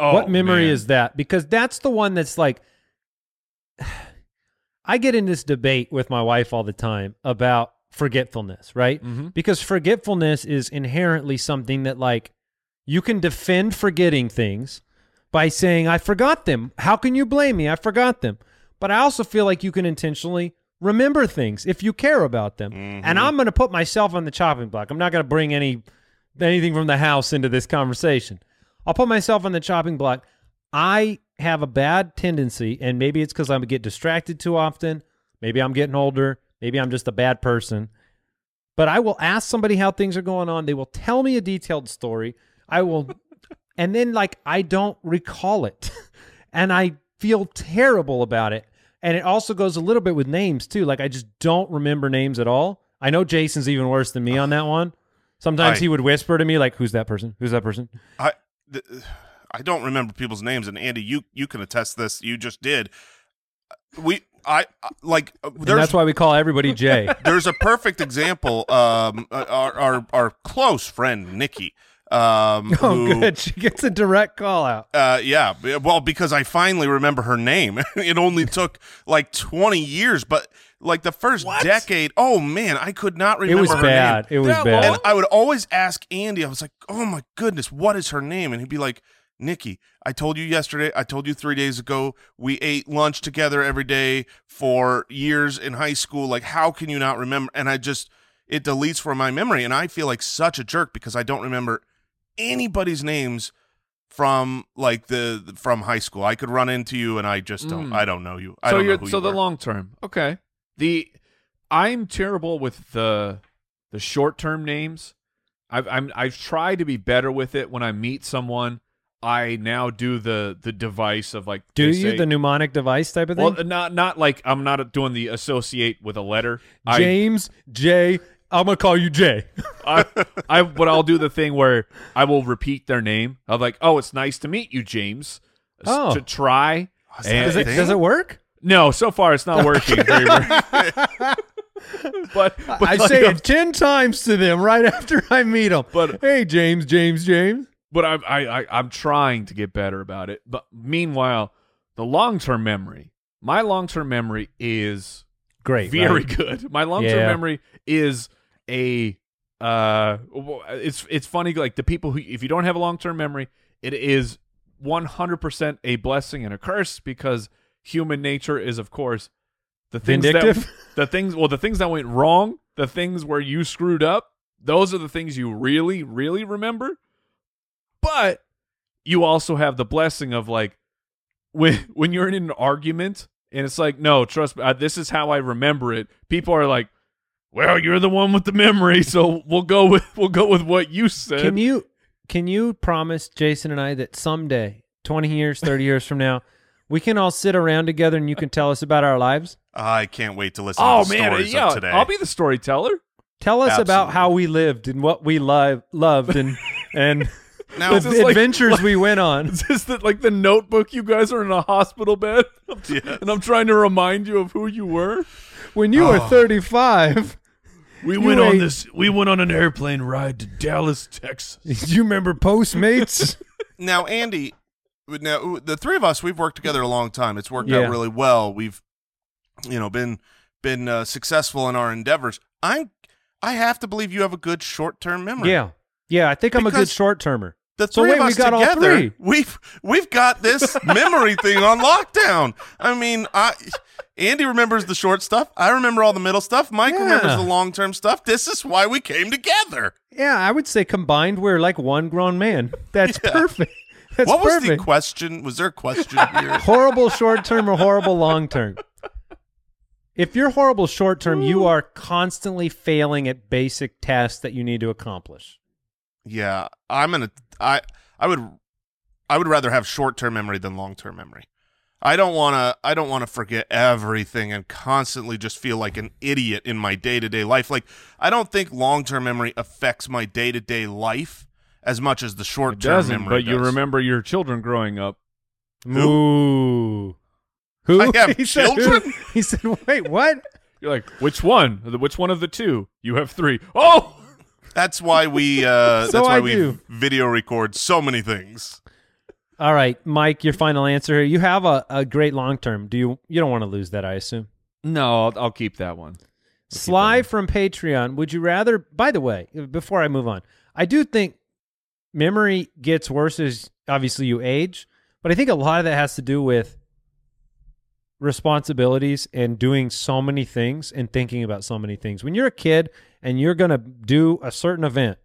Speaker 1: Oh,
Speaker 4: what memory
Speaker 1: man.
Speaker 4: is that? Because that's the one that's like (sighs) I get in this debate with my wife all the time about forgetfulness, right?
Speaker 1: Mhm.
Speaker 4: Because forgetfulness is inherently something that like you can defend forgetting things by saying I forgot them. How can you blame me? I forgot them. But I also feel like you can intentionally remember things if you care about them.
Speaker 1: Mm-hmm.
Speaker 4: And I'm going to put myself on the chopping block. I'm not going to bring any anything from the house into this conversation. I'll put myself on the chopping block. I have a bad tendency, and maybe it's because I get distracted too often. Maybe I'm getting older. Maybe I'm just a bad person. But I will ask somebody how things are going on. They will tell me a detailed story. I will, (laughs) and then like I don't recall it, (laughs) and I feel terrible about it. And it also goes a little bit with names too. Like I just don't remember names at all. I know Jason's even worse than me on that one. Sometimes
Speaker 3: I-
Speaker 4: he would whisper to me like, "Who's that person? Who's that person?"
Speaker 3: I th- I don't remember people's names, and Andy, you you can attest this. You just did. We I I- like uh,
Speaker 4: And
Speaker 3: there's
Speaker 4: that's why we call everybody (laughs) Jay.
Speaker 3: there's a perfect example. Um, uh, our our, our close friend Nikki. Um,
Speaker 4: (laughs) Oh,
Speaker 3: who,
Speaker 4: good. She gets a direct call out.
Speaker 3: Uh, yeah. b- Well, because I finally remember her name. (laughs) it
Speaker 4: (laughs)
Speaker 3: only took like 20 years, but like the first decade. Oh man, I could not
Speaker 4: It
Speaker 3: remember.
Speaker 4: was
Speaker 3: her
Speaker 4: bad.
Speaker 3: Name.
Speaker 4: It was
Speaker 1: That
Speaker 4: bad.
Speaker 3: And I would always ask Andy. I was like, "Oh my goodness, what is her name?" And he'd be like, "Nikki, I told you yesterday. I told you three days ago. We ate lunch together every day for years in high school. Like, how can you not remember?" And I just it deletes from my memory, and I feel like such a jerk because I don't remember anybody's names from like the from high school. I could run into you, and I just don't.
Speaker 1: Mm.
Speaker 3: I don't know you. I
Speaker 1: so
Speaker 3: don't know
Speaker 1: you're
Speaker 3: who
Speaker 1: so
Speaker 3: you
Speaker 1: the
Speaker 3: were.
Speaker 1: long term. Okay. The I'm terrible with the the short term names. I've I'm I've tried to be better with it when I meet someone. I now do the the device of like
Speaker 4: Do
Speaker 1: they
Speaker 4: you
Speaker 1: say-
Speaker 4: the mnemonic device type of thing? uh,
Speaker 1: well not not like I'm not doing the associate with a letter. I
Speaker 4: James Jay. I'm gonna call you Jay.
Speaker 1: I, I but I'll do the thing where I will repeat their name. I'm like, oh, it's nice to meet you, James. S-
Speaker 4: Oh.
Speaker 1: To try.
Speaker 3: Oh, Is that
Speaker 1: And-
Speaker 3: a
Speaker 4: Does it,
Speaker 3: thing?
Speaker 4: does it work?
Speaker 1: no, so far it's not working. very
Speaker 3: (laughs)
Speaker 1: well. but, but
Speaker 4: I
Speaker 1: like,
Speaker 4: say
Speaker 3: uh,
Speaker 1: I'm-
Speaker 4: it ten times to them right (laughs) after I meet them.
Speaker 1: But-
Speaker 4: hey, James, James, James.
Speaker 1: but I, I, I I'm trying to get better about it. But meanwhile, the long term memory, my long term memory is
Speaker 4: Great.
Speaker 1: very
Speaker 4: right?
Speaker 1: good. My long term
Speaker 4: Yeah.
Speaker 1: memory is a uh, w- it's it's funny like the people who if you don't have a long term memory, it is 100% a blessing and a curse because human nature is of course the things
Speaker 4: Vindictive?
Speaker 1: that (laughs) the things well the things that went wrong, the things where you screwed up, those are the things you really really remember. But you also have the blessing of like when (laughs) when you're in an argument and it's like, no, trust me, uh, this is how I remember it. People are like, well, you're the one with the memory, so we'll go with (laughs) we'll go with what you said.
Speaker 4: Can you can you promise Jason and I that someday, twenty years, thirty years from now, we can all sit around together and you can tell us about our lives?
Speaker 3: Ah, I can't wait to listen.
Speaker 1: oh
Speaker 3: to the
Speaker 1: man,
Speaker 3: stories
Speaker 1: yeah,
Speaker 3: of today.
Speaker 1: I'll be the storyteller. (laughs)
Speaker 4: Tell us about
Speaker 3: Absolutely.
Speaker 4: how we lived and what we li- loved
Speaker 3: (laughs)
Speaker 4: and and
Speaker 3: Now-
Speaker 4: the
Speaker 3: This is
Speaker 1: like-
Speaker 3: (laughs)
Speaker 4: adventures we went on.
Speaker 1: Is this the, like the notebook? You guys are in a hospital bed, (laughs) I'm tr-
Speaker 3: Yes.
Speaker 1: and I'm trying to remind you of who you were.
Speaker 4: When you were
Speaker 3: Oh.
Speaker 4: 35,
Speaker 1: We
Speaker 4: went on ate-
Speaker 1: this. We went on an airplane ride to Dallas, Texas.
Speaker 4: (laughs) you remember Postmates?
Speaker 3: now andy now the three of us we've worked together a long time it's worked
Speaker 4: Yeah.
Speaker 3: out really well we've you know been been uh, successful in our endeavors i'm i have to believe you have a good short-term memory
Speaker 4: (laughs) yeah. Yeah, I think I'm a good
Speaker 3: Because-
Speaker 4: short termer.
Speaker 3: the
Speaker 4: So
Speaker 3: three
Speaker 4: wait,
Speaker 3: of
Speaker 4: we
Speaker 3: us
Speaker 4: got all
Speaker 3: together
Speaker 4: three.
Speaker 3: we've we've got
Speaker 4: (laughs)
Speaker 3: this memory thing on lockdown i mean i andy remembers the short stuff i remember all the middle stuff mike remembers
Speaker 4: Yeah.
Speaker 3: the long-term stuff this is why we came together
Speaker 4: Yeah, I would say combined we're like one grown
Speaker 3: (laughs)
Speaker 4: man. That's perfect. (laughs) That's
Speaker 3: what was
Speaker 4: perfect.
Speaker 3: the question was there a question here (laughs)
Speaker 4: horrible short term or horrible long term? If you're horrible short term, you are constantly failing at basic tasks that you need to accomplish.
Speaker 3: Yeah, I'm gonna. I I would I would rather have short term memory than long term memory. I don't wanna I don't wanna forget everything and constantly just feel like an idiot in my day to day life. Like I don't think long term memory affects my day to day life as much as the short
Speaker 1: It
Speaker 3: term
Speaker 1: doesn't,
Speaker 3: memory.
Speaker 1: but you
Speaker 3: does.
Speaker 1: remember your children growing up.
Speaker 4: Ooh. Who?
Speaker 3: I have
Speaker 4: (laughs) he said, who?
Speaker 3: children?
Speaker 4: He said, wait, what?
Speaker 1: You're like, which one? Which one of the two? You have three. Oh,
Speaker 3: That's why we uh
Speaker 4: (laughs) So
Speaker 3: that's why
Speaker 4: I
Speaker 3: we
Speaker 4: do.
Speaker 3: video record so many things.
Speaker 4: All right, Mike, your final answer here. You have a, a great long term. Do you you don't want to lose that, I assume.
Speaker 1: no, I'll, I'll keep that one.
Speaker 4: Sly from Patreon, would you rather by the way, before I move on, I do think memory gets worse as obviously you age, but I think a lot of that has to do with responsibilities and doing so many things and thinking about so many things. When you're a kid and you're going to do a certain event,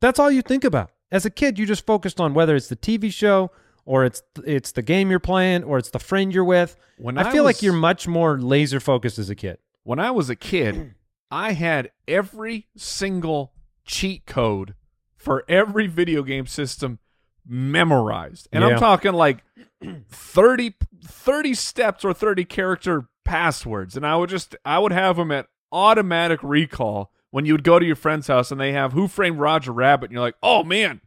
Speaker 4: that's all you think about. As a kid, you just focused on whether it's the TV show or it's it's the game you're playing or it's the friend you're with.
Speaker 1: When
Speaker 4: I
Speaker 1: I
Speaker 4: feel like
Speaker 1: was-
Speaker 4: you're much more laser focused as a kid.
Speaker 1: When I was a kid, (clears throat) I had every single cheat code for every video game system memorized. And
Speaker 4: Yeah.
Speaker 1: I'm talking like (clears throat) 30, 30 steps or 30 character passwords. And I would just, I would have them at automatic recall when you would go to your friend's house and they have Who Framed Roger Rabbit. And you're like, oh man,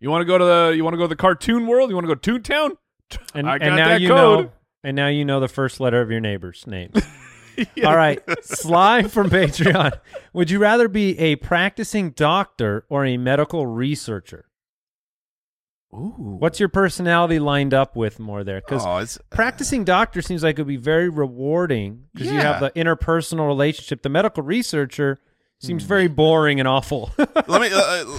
Speaker 1: you want to go to the, you want to go to the cartoon world? You want to go to Toontown?
Speaker 4: And,
Speaker 1: I got
Speaker 4: and now
Speaker 1: that
Speaker 4: you
Speaker 1: code.
Speaker 4: know. And now you know the first letter of your neighbor's name. All right, Sly from Patreon. Would you rather be a practicing doctor or a medical researcher?
Speaker 1: Ooh.
Speaker 4: What's your personality lined up with more there? Because
Speaker 3: Oh, it's
Speaker 4: practicing doctor seems like it would be very rewarding because you have
Speaker 3: Yeah.
Speaker 4: the interpersonal relationship. The medical researcher
Speaker 3: Mm.
Speaker 4: seems very boring and awful. (laughs)
Speaker 3: let me uh,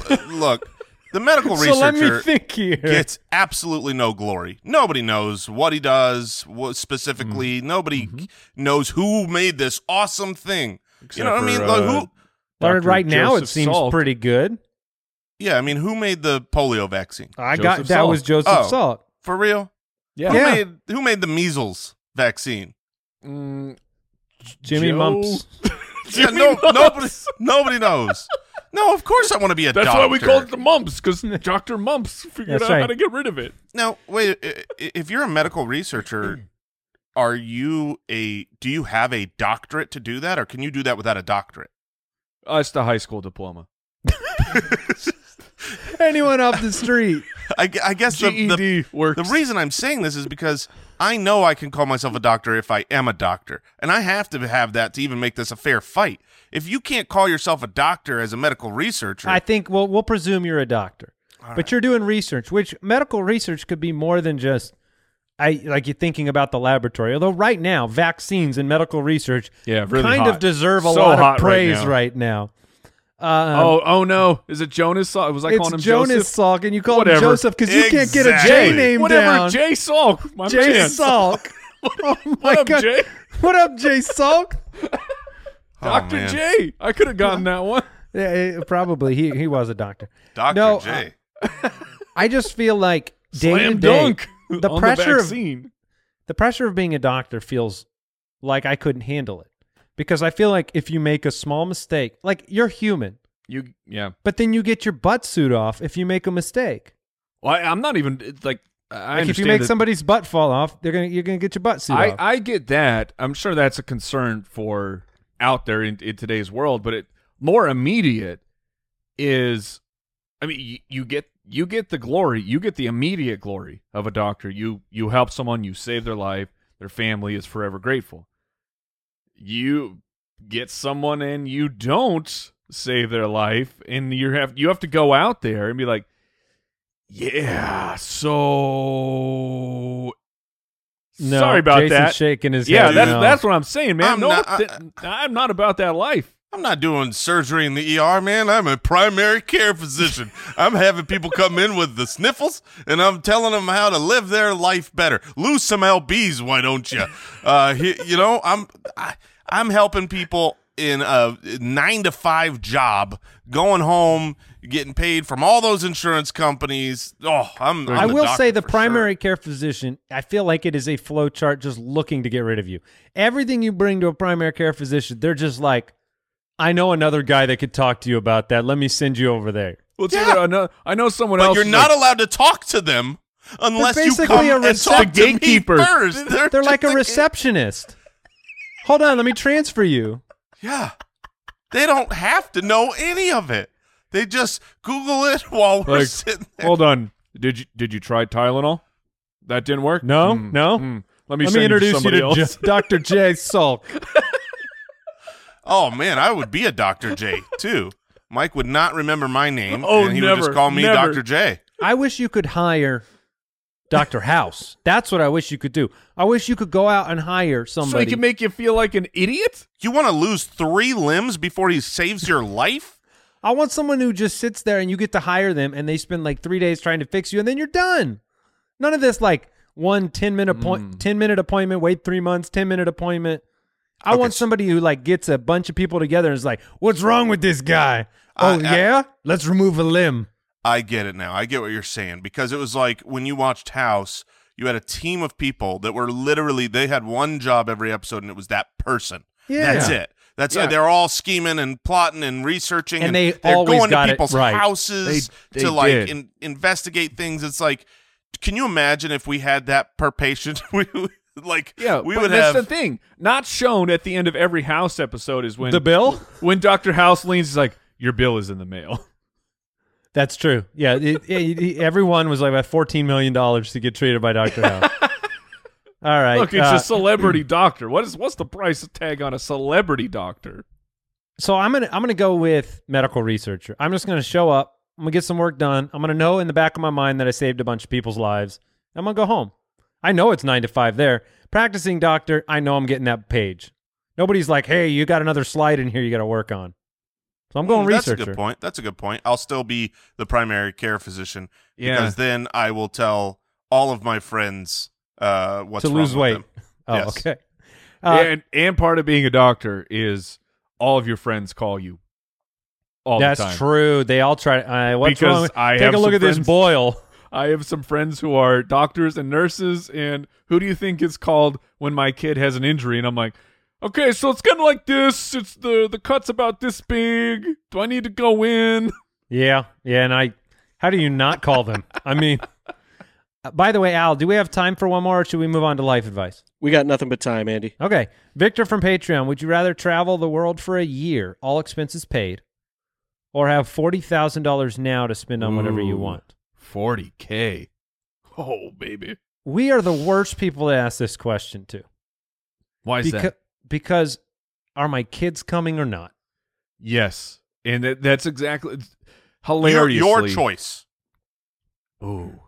Speaker 3: uh, look. The medical
Speaker 4: so
Speaker 3: researcher
Speaker 4: let me think here.
Speaker 3: gets absolutely no glory. Nobody knows what he does what specifically.
Speaker 1: Mm-hmm.
Speaker 3: Nobody knows who made this awesome thing. you know what I mean?
Speaker 1: Except for,
Speaker 3: Like,
Speaker 1: uh,
Speaker 3: who?
Speaker 4: But
Speaker 1: Dr.
Speaker 4: right now, it
Speaker 1: Joseph
Speaker 4: seems
Speaker 1: Salk.
Speaker 4: pretty good.
Speaker 3: Yeah, I mean, who made the polio vaccine?
Speaker 4: I
Speaker 1: Joseph
Speaker 4: got that
Speaker 1: Salk.
Speaker 4: was Joseph
Speaker 3: Oh.
Speaker 4: Salt.
Speaker 3: For real?
Speaker 1: Uh, Yeah.
Speaker 3: Who
Speaker 4: Yeah.
Speaker 3: made who made the measles vaccine?
Speaker 1: (laughs) Mm,
Speaker 4: Jimmy
Speaker 1: Joe-
Speaker 4: Mumps.
Speaker 3: Yeah,
Speaker 1: Jimmy
Speaker 3: no,
Speaker 1: Mumps.
Speaker 3: nobody, nobody knows. No, of course I want to be a
Speaker 1: That's
Speaker 3: doctor.
Speaker 1: why we called it the mumps, (laughs) because Dr. Mumps figured
Speaker 4: That's
Speaker 1: out how
Speaker 4: right.
Speaker 1: to get rid of it.
Speaker 3: Now, wait. i- i- If you're a medical
Speaker 1: Mm.
Speaker 3: researcher, are you a? Do you have a doctorate to do that, or can you do that without a doctorate?
Speaker 1: Uh, it's the high school diploma.
Speaker 4: Anyone off (laughs) the street.
Speaker 3: I, gu- I guess the,
Speaker 1: GED
Speaker 3: the
Speaker 1: works.
Speaker 3: the reason I'm saying this is because I know I can call myself a doctor if I am a doctor, and I have to have that to even make this a fair fight. If you can't call yourself a doctor as a medical researcher,
Speaker 4: I think we'll we'll presume you're a doctor, but you're doing research, which medical research could be more than just I like you thinking about the laboratory. Although right now, vaccines and medical research
Speaker 1: Yeah, really
Speaker 4: kind
Speaker 1: hot.
Speaker 4: of deserve a
Speaker 1: So hot
Speaker 4: lot of
Speaker 1: right
Speaker 4: praise
Speaker 1: now.
Speaker 4: right now. Uh,
Speaker 1: oh, oh no! Is it Jonas? Salk? Was I
Speaker 4: it's
Speaker 1: calling him
Speaker 4: Jonas
Speaker 1: Joseph?
Speaker 4: Salk, and you call him
Speaker 1: Whatever.
Speaker 4: Joseph because you can't get a
Speaker 3: Exactly.
Speaker 4: J name
Speaker 1: Whatever,
Speaker 4: down.
Speaker 1: Jay Salk. My
Speaker 4: Jay
Speaker 1: man.
Speaker 4: (laughs) Salk. oh my
Speaker 1: What up,
Speaker 4: God.
Speaker 1: Jay?
Speaker 4: What up, Jay Salk?
Speaker 3: Oh,
Speaker 1: Doctor
Speaker 3: man.
Speaker 1: J. I could have gotten that one.
Speaker 4: Yeah, eh, probably he he was a doctor.
Speaker 3: Doctor
Speaker 4: No,
Speaker 3: J.
Speaker 4: uh, I just feel like day to
Speaker 1: Slam
Speaker 4: day,
Speaker 1: dunk.
Speaker 4: (laughs) the
Speaker 1: on the
Speaker 4: pressure of
Speaker 1: vaccine.
Speaker 4: the pressure of being a doctor feels like I couldn't handle it because I feel like if you make a small mistake, like you're human,
Speaker 1: you. Yeah.
Speaker 4: but then you get your butt suit off if you make a mistake.
Speaker 1: Well, I, I'm not even it's like. I
Speaker 4: Like if you
Speaker 1: understand
Speaker 4: make
Speaker 1: that-
Speaker 4: somebody's butt fall off, they're gonna you're gonna get your butt suit
Speaker 1: I,
Speaker 4: off.
Speaker 1: I get that. I'm sure that's a concern for out there in, in today's world, but it more immediate is I mean you, you get you get the glory, you get the immediate glory of a doctor. You you help someone, you save their life, their family is forever grateful. You get someone and you don't save their life and you have you have to go out there and be like yeah, so
Speaker 4: no,
Speaker 1: sorry about
Speaker 4: Jason's
Speaker 1: that.
Speaker 4: shaking his
Speaker 1: Yeah,
Speaker 4: head.
Speaker 1: that's
Speaker 4: no.
Speaker 1: that's what I'm saying, man.
Speaker 3: I'm
Speaker 1: no,
Speaker 3: not-
Speaker 1: th- I'm not about that life.
Speaker 3: I'm not doing surgery in the ER, man. I'm a primary care physician. I'm having people come in with the sniffles, and I'm telling them how to live their life better. Lose some lbs, why don't you? Uh, he- you know, I'm I, I'm helping people in a nine to five job, going home, getting paid from all those insurance companies. Oh, I'm. I'm
Speaker 4: I
Speaker 3: the
Speaker 4: will
Speaker 3: doctor
Speaker 4: say the
Speaker 3: for
Speaker 4: primary
Speaker 3: sure.
Speaker 4: care physician, I feel like it is a flow chart just looking to get rid of you. Everything you bring to a primary care physician, they're just like, I know another guy that could talk to you about that. Let me send you over there.
Speaker 1: Well, it's
Speaker 3: Yeah.
Speaker 1: either I know, I know someone
Speaker 3: But
Speaker 1: else.
Speaker 3: you're
Speaker 1: is
Speaker 3: not
Speaker 1: like,
Speaker 3: allowed to talk to them unless you
Speaker 4: basically
Speaker 3: come
Speaker 4: a
Speaker 3: and talk
Speaker 4: recep-
Speaker 3: to me
Speaker 1: gatekeeper.
Speaker 3: first. They're,
Speaker 4: They're like a
Speaker 3: just
Speaker 4: receptionist. Hold on, let me transfer you.
Speaker 3: Yeah. They don't have to know any of it. They just Google it (laughs) while we're
Speaker 1: Like,
Speaker 3: sitting there.
Speaker 1: Hold on. Did you did you try Tylenol? That didn't work.
Speaker 4: No,
Speaker 1: Mm,
Speaker 4: no.
Speaker 1: mm. Let me
Speaker 4: Let
Speaker 1: send
Speaker 4: me
Speaker 1: you
Speaker 4: introduce you
Speaker 1: somebody
Speaker 4: to
Speaker 1: else.
Speaker 4: (laughs) J- Dr. J. Salk.
Speaker 3: Oh man, I would be a Dr. J too. Mike would not remember my name,
Speaker 1: Oh,
Speaker 3: and he would
Speaker 1: never,
Speaker 3: just call me
Speaker 1: never.
Speaker 3: Dr. J.
Speaker 4: I wish you could hire Dr. House. That's what I wish you could do. I wish you could go out and hire
Speaker 1: So he
Speaker 4: somebody.
Speaker 1: can make you feel like an idiot?
Speaker 3: You want to lose three limbs before he saves your life?
Speaker 4: I want someone who just sits there and you get to hire them and they spend like three days trying to fix you and then you're done. None of this like one 10 minute appoint- 10 minute appointment, wait three months, 10 minute appointment. I want somebody who like gets a bunch of people together and is like, what's wrong with this guy?
Speaker 3: I-
Speaker 4: oh,
Speaker 3: I-
Speaker 4: yeah? Let's remove a limb.
Speaker 3: I get it now. I get what you're saying because it was like when you watched House, you had a team of people that were literally they had one job every episode, and it was that person.
Speaker 4: Yeah.
Speaker 3: that's it. That's
Speaker 1: Yeah.
Speaker 3: it. They're all scheming and plotting and researching,
Speaker 4: And they
Speaker 3: are
Speaker 4: always
Speaker 3: going
Speaker 4: got
Speaker 3: to
Speaker 4: it
Speaker 3: people's
Speaker 4: right.
Speaker 3: houses
Speaker 1: They- they
Speaker 3: to like
Speaker 1: did.
Speaker 3: in, investigate things. It's like, can you imagine if we had that per patient? (laughs) we we- like,
Speaker 1: Yeah,
Speaker 3: we
Speaker 1: but
Speaker 3: would
Speaker 1: that's the
Speaker 3: have.
Speaker 1: thing. Not shown at the end of every House episode is when
Speaker 4: The bill?
Speaker 1: when Doctor House leans, he's like, "Your bill is in the mail."
Speaker 4: That's true. Yeah, it, it- it- everyone was like about fourteen million dollars to get treated by Doctor (laughs) House. All right.
Speaker 1: Look, it's
Speaker 4: uh,
Speaker 1: a celebrity doctor. What is what's the price tag on a celebrity doctor?
Speaker 4: so I'm gonna I'm gonna go with medical researcher. I'm just gonna show up. I'm gonna get some work done. I'm gonna know in the back of my mind that I saved a bunch of people's lives. I'm gonna go home. I know it's nine to five there. Practicing doctor. I know I'm getting that page. Nobody's like, hey, you got another slide in here you got to work on. So I'm going
Speaker 3: Mm, That's
Speaker 4: researcher.
Speaker 3: a good point. That's a good point. I'll still be the primary care physician
Speaker 1: Yeah.
Speaker 3: because then I will tell all of my friends uh, what's
Speaker 4: to
Speaker 3: wrong
Speaker 4: lose
Speaker 3: with
Speaker 4: weight.
Speaker 3: them.
Speaker 4: (laughs) Oh,
Speaker 3: Yes.
Speaker 4: okay. Uh,
Speaker 1: and and part of being a doctor is all of your friends call you. All
Speaker 4: That's
Speaker 1: the time.
Speaker 4: true. They all try. Uh, what's
Speaker 1: Because
Speaker 4: wrong? with-
Speaker 1: I
Speaker 4: Take
Speaker 1: have
Speaker 4: a look
Speaker 1: some
Speaker 4: at this
Speaker 1: friends-
Speaker 4: boil.
Speaker 1: I have some friends who are doctors and nurses, and who do you think is called when my kid has an injury? And I'm like, okay, so it's kind of like this. It's the the cut's about this big. Do I need to go in? (laughs)
Speaker 4: Yeah, yeah. And I, how do you not call them? I mean, uh, by the way, Al, do we have time for one more, or should we move on to life advice?
Speaker 5: We got nothing but time, Andy.
Speaker 4: Okay, Victor from Patreon. Would you rather travel the world for a year, all expenses paid, or have forty thousand dollars now to spend on whatever you
Speaker 1: Ooh.
Speaker 4: want?
Speaker 1: Forty k. Oh baby,
Speaker 4: We are the worst people to ask this question to.
Speaker 1: why is
Speaker 4: Becau-
Speaker 1: that?
Speaker 4: Because are my kids coming or not?
Speaker 1: Yes, and that, that's exactly it's
Speaker 3: Your,
Speaker 1: hilariously
Speaker 3: your choice.
Speaker 1: Ooh.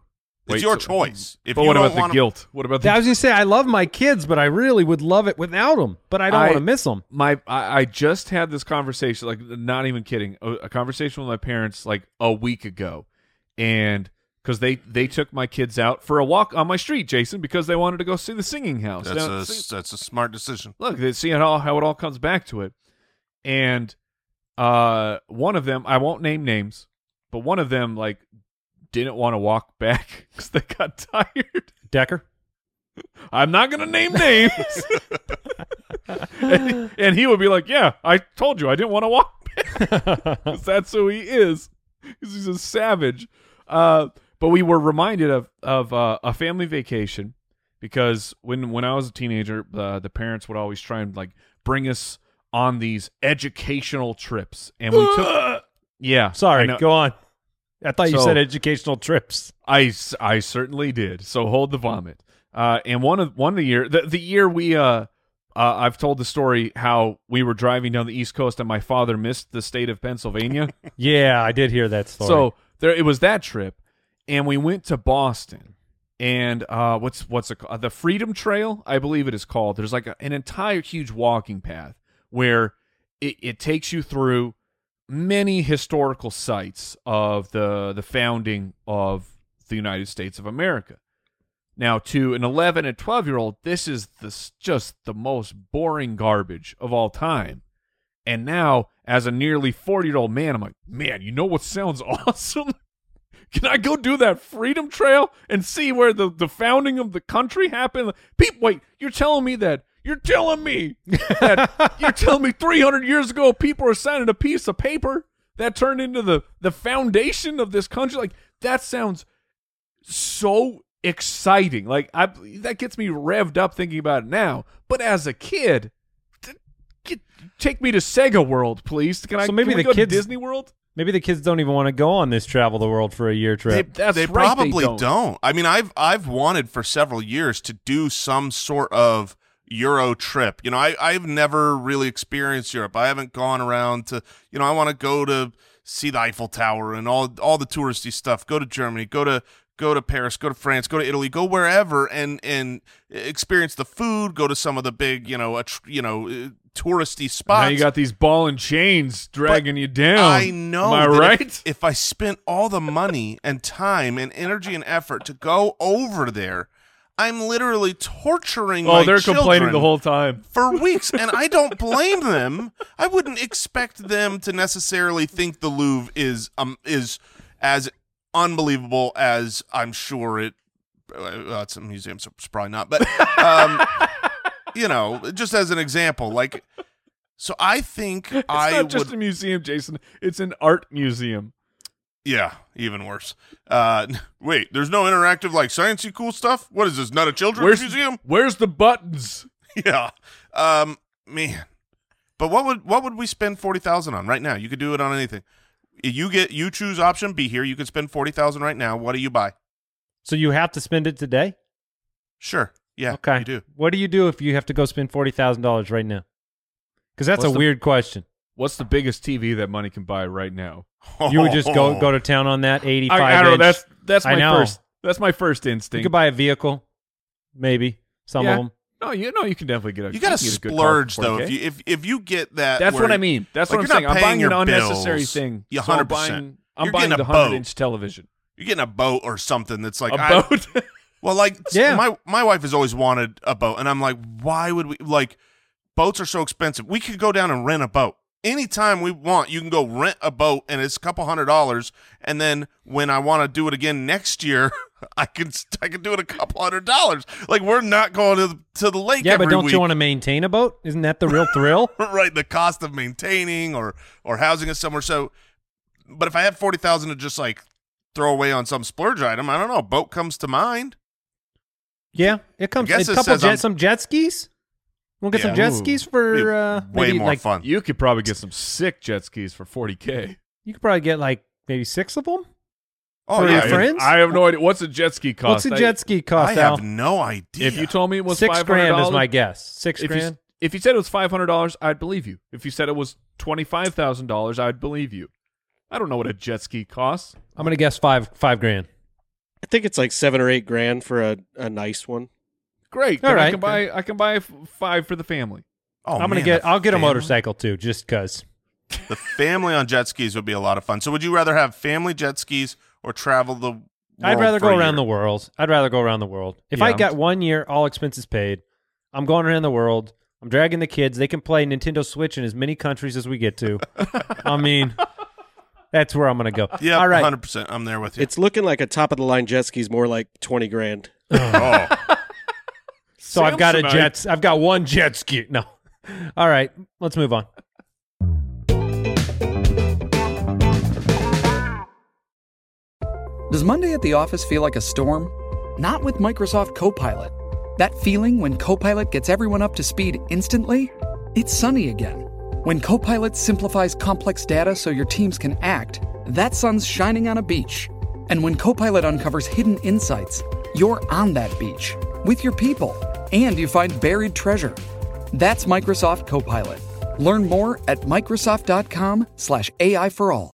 Speaker 3: It's
Speaker 1: Wait,
Speaker 3: your
Speaker 1: so-
Speaker 3: choice. If
Speaker 1: but
Speaker 3: you
Speaker 1: what
Speaker 3: don't
Speaker 1: about the
Speaker 3: wanna-
Speaker 1: guilt? What about the
Speaker 4: I was gonna say I love my kids, but I really would love it without them. But I don't
Speaker 1: I-
Speaker 4: want to miss them.
Speaker 1: my I, I just had this conversation like not even kidding a, a conversation with my parents like a week ago and because they they took my kids out for a walk on my street jason because they wanted to go see the singing house
Speaker 3: That's
Speaker 1: Now,
Speaker 3: a
Speaker 1: sing-
Speaker 3: that's a smart decision.
Speaker 1: look they see it all how it all comes back to it and uh one of them i won't name names but one of them like didn't want to walk (laughs) back because they got (laughs) tired
Speaker 4: Decker.
Speaker 1: i'm not gonna name names (laughs) and, and he would be like yeah i told you i didn't want to walk (laughs) back 'Cause that's who he is. 'Cause he's a savage. Uh, but we were reminded of of uh, a family vacation because when when I was a teenager, uh, the parents would always try and like bring us on these educational trips, and we
Speaker 4: (gasps)
Speaker 1: took. Yeah, I
Speaker 4: Sorry,
Speaker 1: know.
Speaker 4: go on. I thought you
Speaker 1: So-
Speaker 4: said educational trips. (laughs)
Speaker 1: I, s- I certainly did. So hold the vomit. Uh, and one of one of the year the, the year we uh, uh I've told the story how we were driving down the East Coast and my father missed the state of Pennsylvania.
Speaker 4: Yeah, I did hear that story.
Speaker 1: So there, it was that trip, and we went to Boston, and uh, what's what's it called? the Freedom Trail, I believe it is called. There's like a, an entire huge walking path where it, it takes you through many historical sites of the the founding of the United States of America. Now, to an 11 and 12 year old, this is the, s- just the most boring garbage of all time. And now, as a nearly 40 year old man, I'm like, man, you know what sounds (laughs) awesome? Can I go do that Freedom Trail and see where the, the founding of the country happened? People, wait, you're telling me that. You're telling me
Speaker 4: (laughs)
Speaker 1: that you're telling me 300 years ago people were signing a piece of paper that turned into the the foundation of this country. Like that sounds so exciting. Like I that gets me revved up thinking about it now. But as a kid, t- get, take me to Sega World, please. Can I?
Speaker 4: So maybe
Speaker 1: can we
Speaker 4: the
Speaker 1: go to
Speaker 4: kids-
Speaker 1: Disney World.
Speaker 4: Maybe the kids don't even want to go on this travel the world for a year trip.
Speaker 1: That's
Speaker 3: they
Speaker 1: right,
Speaker 3: probably
Speaker 1: they don't.
Speaker 3: I mean, I've I've wanted for several years to do some sort of Euro trip. You know, I I've never really experienced Europe. I haven't gone around to. You know, I want to go to see the Eiffel Tower and all all the touristy stuff. Go to Germany. Go to go to Paris, go to France, go to Italy, go wherever and and experience the food, go to some of the big, you know, att- you know, uh, touristy spots.
Speaker 1: Now you got these ball and chains dragging you down.
Speaker 3: I know.
Speaker 1: Am I
Speaker 3: that if-
Speaker 1: right?
Speaker 3: If, I spent all the money and time and energy and effort to go over there, I'm literally torturing
Speaker 1: oh,
Speaker 3: my
Speaker 1: they're complaining
Speaker 3: children
Speaker 1: the whole time.
Speaker 3: for weeks, and I don't blame them. I wouldn't expect them to necessarily think the Louvre is um is as unbelievable as I'm sure it. Uh, well, it's a museum, so it's probably not. But
Speaker 1: (laughs)
Speaker 3: um, you know, just as an example, like. So I think
Speaker 1: It's
Speaker 3: I
Speaker 1: not
Speaker 3: would.
Speaker 1: just a museum, Jason. It's an art museum.
Speaker 3: Yeah, even worse. Uh, wait, there's no interactive like sciencey cool stuff. What is this? Not a children's
Speaker 1: Where's
Speaker 3: museum? (laughs)
Speaker 1: Where's the buttons?
Speaker 3: Yeah. Um, man. But what would what would we spend forty thousand on right now? You could do it on anything. You get you choose option B here. You could spend forty thousand right now. What do you buy?
Speaker 4: So you have to spend it today?
Speaker 3: Sure. Yeah.
Speaker 4: okay.
Speaker 3: You do.
Speaker 4: What do you do if you have to go spend $40,000 right now? Because that's
Speaker 1: What's
Speaker 4: a
Speaker 1: the-
Speaker 3: (laughs)
Speaker 4: weird question.
Speaker 1: What's the biggest TV that money can buy right now?
Speaker 4: You would
Speaker 3: (laughs)
Speaker 4: just go go to town on that 85
Speaker 1: I, I don't know.
Speaker 4: inch.
Speaker 1: That's that's
Speaker 4: I
Speaker 1: my
Speaker 4: know.
Speaker 1: first. That's my first
Speaker 4: you
Speaker 1: instinct.
Speaker 4: could buy a vehicle, maybe, some
Speaker 1: Yeah.
Speaker 4: of them.
Speaker 1: no, you know you can definitely get a.
Speaker 3: You gotta
Speaker 1: can get a good car
Speaker 3: splurge
Speaker 1: for
Speaker 3: though.
Speaker 1: 4K.
Speaker 3: If you if if you get that.
Speaker 1: that's
Speaker 3: where-
Speaker 1: what I mean. That's
Speaker 3: like,
Speaker 1: what I'm
Speaker 3: you're not
Speaker 1: saying. I'm
Speaker 3: paying
Speaker 1: buying an
Speaker 3: your
Speaker 1: unnecessary
Speaker 3: bills.
Speaker 1: thing.
Speaker 3: Yeah,
Speaker 1: So I'm
Speaker 3: 100%.
Speaker 1: buying. I'm
Speaker 3: You're
Speaker 1: buying
Speaker 3: getting
Speaker 1: the
Speaker 3: a
Speaker 1: 100
Speaker 3: boat.
Speaker 1: inch television.
Speaker 3: You're getting a boat or something that's like
Speaker 1: a (laughs)
Speaker 3: I-
Speaker 1: boat.
Speaker 3: Well, like
Speaker 4: Yeah.
Speaker 3: yeah. my my wife has always wanted a boat, and I'm like, why would we like boats are so expensive. We could go down and rent a boat. Anytime we want, you can go rent a boat and it's a couple hundred dollars. And then when I want to do it again next year, (laughs) I can I can do it a couple hundred dollars. Like we're not going to the, to the lake.
Speaker 4: Yeah,
Speaker 3: every
Speaker 4: but don't
Speaker 3: week.
Speaker 4: you want to maintain a boat? Isn't that the real
Speaker 3: (laughs)
Speaker 4: thrill?
Speaker 3: right the cost of maintaining or or housing us somewhere so but if i had 40,000 to just like throw away on some splurge item i don't know boat comes to mind
Speaker 4: Yeah, it comes.
Speaker 3: guess
Speaker 4: A
Speaker 3: it
Speaker 4: couple
Speaker 3: says
Speaker 4: jet,
Speaker 3: I'm-
Speaker 4: some jet skis. We'll get some
Speaker 3: Yeah.
Speaker 4: jet skis
Speaker 3: It'd be
Speaker 4: for uh,
Speaker 3: way
Speaker 4: maybe
Speaker 3: more
Speaker 4: like
Speaker 3: fun
Speaker 1: you could probably get some sick jet skis for 40k.
Speaker 4: you could probably get like maybe six of them.
Speaker 3: oh
Speaker 4: for
Speaker 3: yeah
Speaker 4: your
Speaker 3: I-
Speaker 4: friends?
Speaker 1: I have no idea what's a jet ski cost.
Speaker 4: What's a
Speaker 1: I-
Speaker 4: jet ski
Speaker 3: i
Speaker 4: cost? Al?
Speaker 3: have no idea
Speaker 1: If you told me it was
Speaker 4: six grand is
Speaker 1: $500
Speaker 4: my guess. Six
Speaker 1: if you,
Speaker 4: grand.
Speaker 1: s- if you said it was five hundred dollars, I'd believe you. If you said it was twenty five thousand dollars, I'd believe you. I don't know what a jet ski costs.
Speaker 4: I'm gonna guess five five grand.
Speaker 5: I think it's like seven or eight grand for a, a nice one.
Speaker 1: Great,
Speaker 4: All
Speaker 1: then I
Speaker 4: right.
Speaker 1: can buy. I can buy f- five for the family.
Speaker 3: oh,
Speaker 4: I'm gonna
Speaker 3: man,
Speaker 4: get.
Speaker 3: the
Speaker 4: I'll get a
Speaker 3: family-
Speaker 4: motorcycle too, just cause.
Speaker 3: the family on jet skis would be a lot of fun so would you rather have family jet skis or travel the world
Speaker 4: I'd rather
Speaker 3: for
Speaker 4: go
Speaker 3: a
Speaker 4: around
Speaker 3: year?
Speaker 4: the world. I'd rather go around the world. If
Speaker 1: Yeah,
Speaker 4: I
Speaker 1: I'm-
Speaker 4: got one year, all expenses paid, I'm going around the world. I'm dragging the kids. They can play Nintendo Switch in as many countries as we get to. I
Speaker 1: (laughs)
Speaker 4: mean, that's where I'm gonna go.
Speaker 3: yeah
Speaker 4: All right.
Speaker 3: 100% i'm there with you
Speaker 5: It's looking like a top of the line jet ski's more like twenty grand.
Speaker 4: (laughs)
Speaker 3: oh
Speaker 4: So I've got a
Speaker 1: Samsonite.
Speaker 4: jet. I've got one jet ski. No. All right, let's move on.
Speaker 6: Does Monday at the office feel like a storm? Not with Microsoft Copilot. That feeling when Copilot gets everyone up to speed instantly? It's sunny again. When Copilot simplifies complex data so your teams can act, that sun's shining on a beach. And when Copilot uncovers hidden insights, you're on that beach with your people and you find buried treasure. That's Microsoft Copilot. Learn more at Microsoft.com/slash AI for all.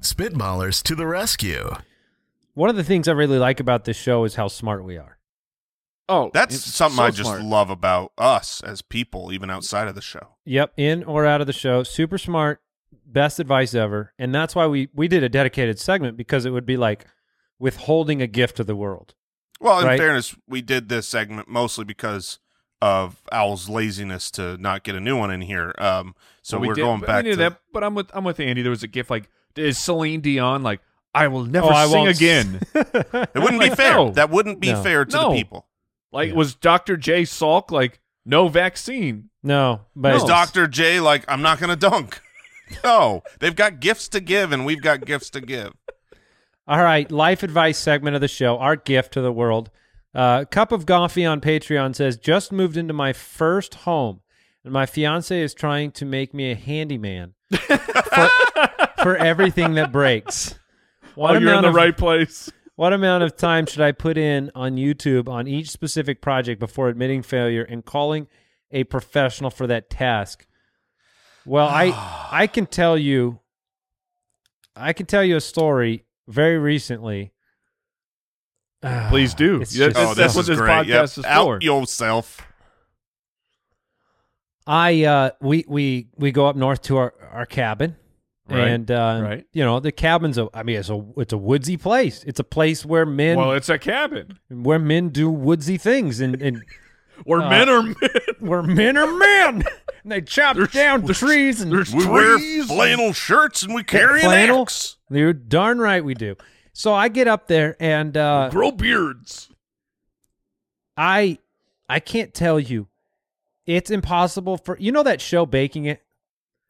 Speaker 2: Spitballers to the rescue.
Speaker 4: One of the things I really like about this show is how smart we are.
Speaker 1: Oh,
Speaker 3: that's
Speaker 1: it's
Speaker 3: something
Speaker 1: so
Speaker 3: i just
Speaker 1: smart.
Speaker 3: love about us as people even outside of the show
Speaker 4: Yep, in or out of the show, super smart, best advice ever. And that's why we we did a dedicated segment because it would be like withholding a gift to the world.
Speaker 3: Well, in
Speaker 4: right?
Speaker 3: fairness, we did this segment mostly because of Owl's laziness to not get a new one in here. Um, so
Speaker 1: Well,
Speaker 3: we are
Speaker 1: did-
Speaker 3: going
Speaker 1: we
Speaker 3: back
Speaker 1: knew
Speaker 3: to
Speaker 1: that, but I'm with I'm with Andy. There was a gift like is Celine Dion like I will never
Speaker 4: Oh, I
Speaker 1: sing
Speaker 4: won't s-
Speaker 1: again.
Speaker 4: (laughs)
Speaker 3: It wouldn't be
Speaker 1: Like,
Speaker 3: fair.
Speaker 1: no.
Speaker 3: That wouldn't be
Speaker 4: No.
Speaker 3: fair to
Speaker 1: No.
Speaker 3: the people.
Speaker 1: like
Speaker 4: Yeah.
Speaker 1: was Dr. J Salk like no vaccine?
Speaker 4: No, but
Speaker 3: Is Doctor J like I'm not going to dunk? (laughs) no, they've got gifts to give, and we've got gifts to give.
Speaker 4: All right, life advice segment of the show, our gift to the world. Uh, Cup of Coffee on Patreon says, just moved into my first home, and my fiance is trying to make me
Speaker 1: (laughs)
Speaker 4: a handyman for, for everything that breaks.
Speaker 1: Oh,
Speaker 4: What
Speaker 1: you're in
Speaker 4: amount
Speaker 1: the
Speaker 4: of-
Speaker 1: right place.
Speaker 4: What amount of time should I put in on YouTube on each specific project before admitting failure and calling a professional for that task?
Speaker 1: (sighs)
Speaker 4: Well, I I can tell you I can tell you a story very recently. Ah,
Speaker 1: Please do.
Speaker 4: it's
Speaker 1: Yeah,
Speaker 4: just-
Speaker 1: that's-
Speaker 3: oh,
Speaker 1: that's
Speaker 3: this
Speaker 1: what
Speaker 3: is
Speaker 1: this
Speaker 3: great. Yep.
Speaker 1: podcast is
Speaker 3: Out
Speaker 1: for.
Speaker 3: yourself.
Speaker 4: I uh we we we go up north to our our cabin.
Speaker 1: Right,
Speaker 4: And uh,
Speaker 1: right.
Speaker 4: you know the cabin's a. I mean, it's a it's a woodsy place. It's a place where men
Speaker 1: well, it's a cabin
Speaker 4: where men do woodsy things and, and
Speaker 1: where
Speaker 3: Uh,
Speaker 1: men are men.
Speaker 4: where men are men. (laughs) and they chop down trees and
Speaker 1: there's
Speaker 3: We wear flannel shirts and we carry an
Speaker 4: flannel.
Speaker 3: axe.
Speaker 4: You're darn right we do. So I get up there and (laughs) uh,
Speaker 1: grow beards.
Speaker 4: I I can't tell you. It's impossible for you know that show Baking It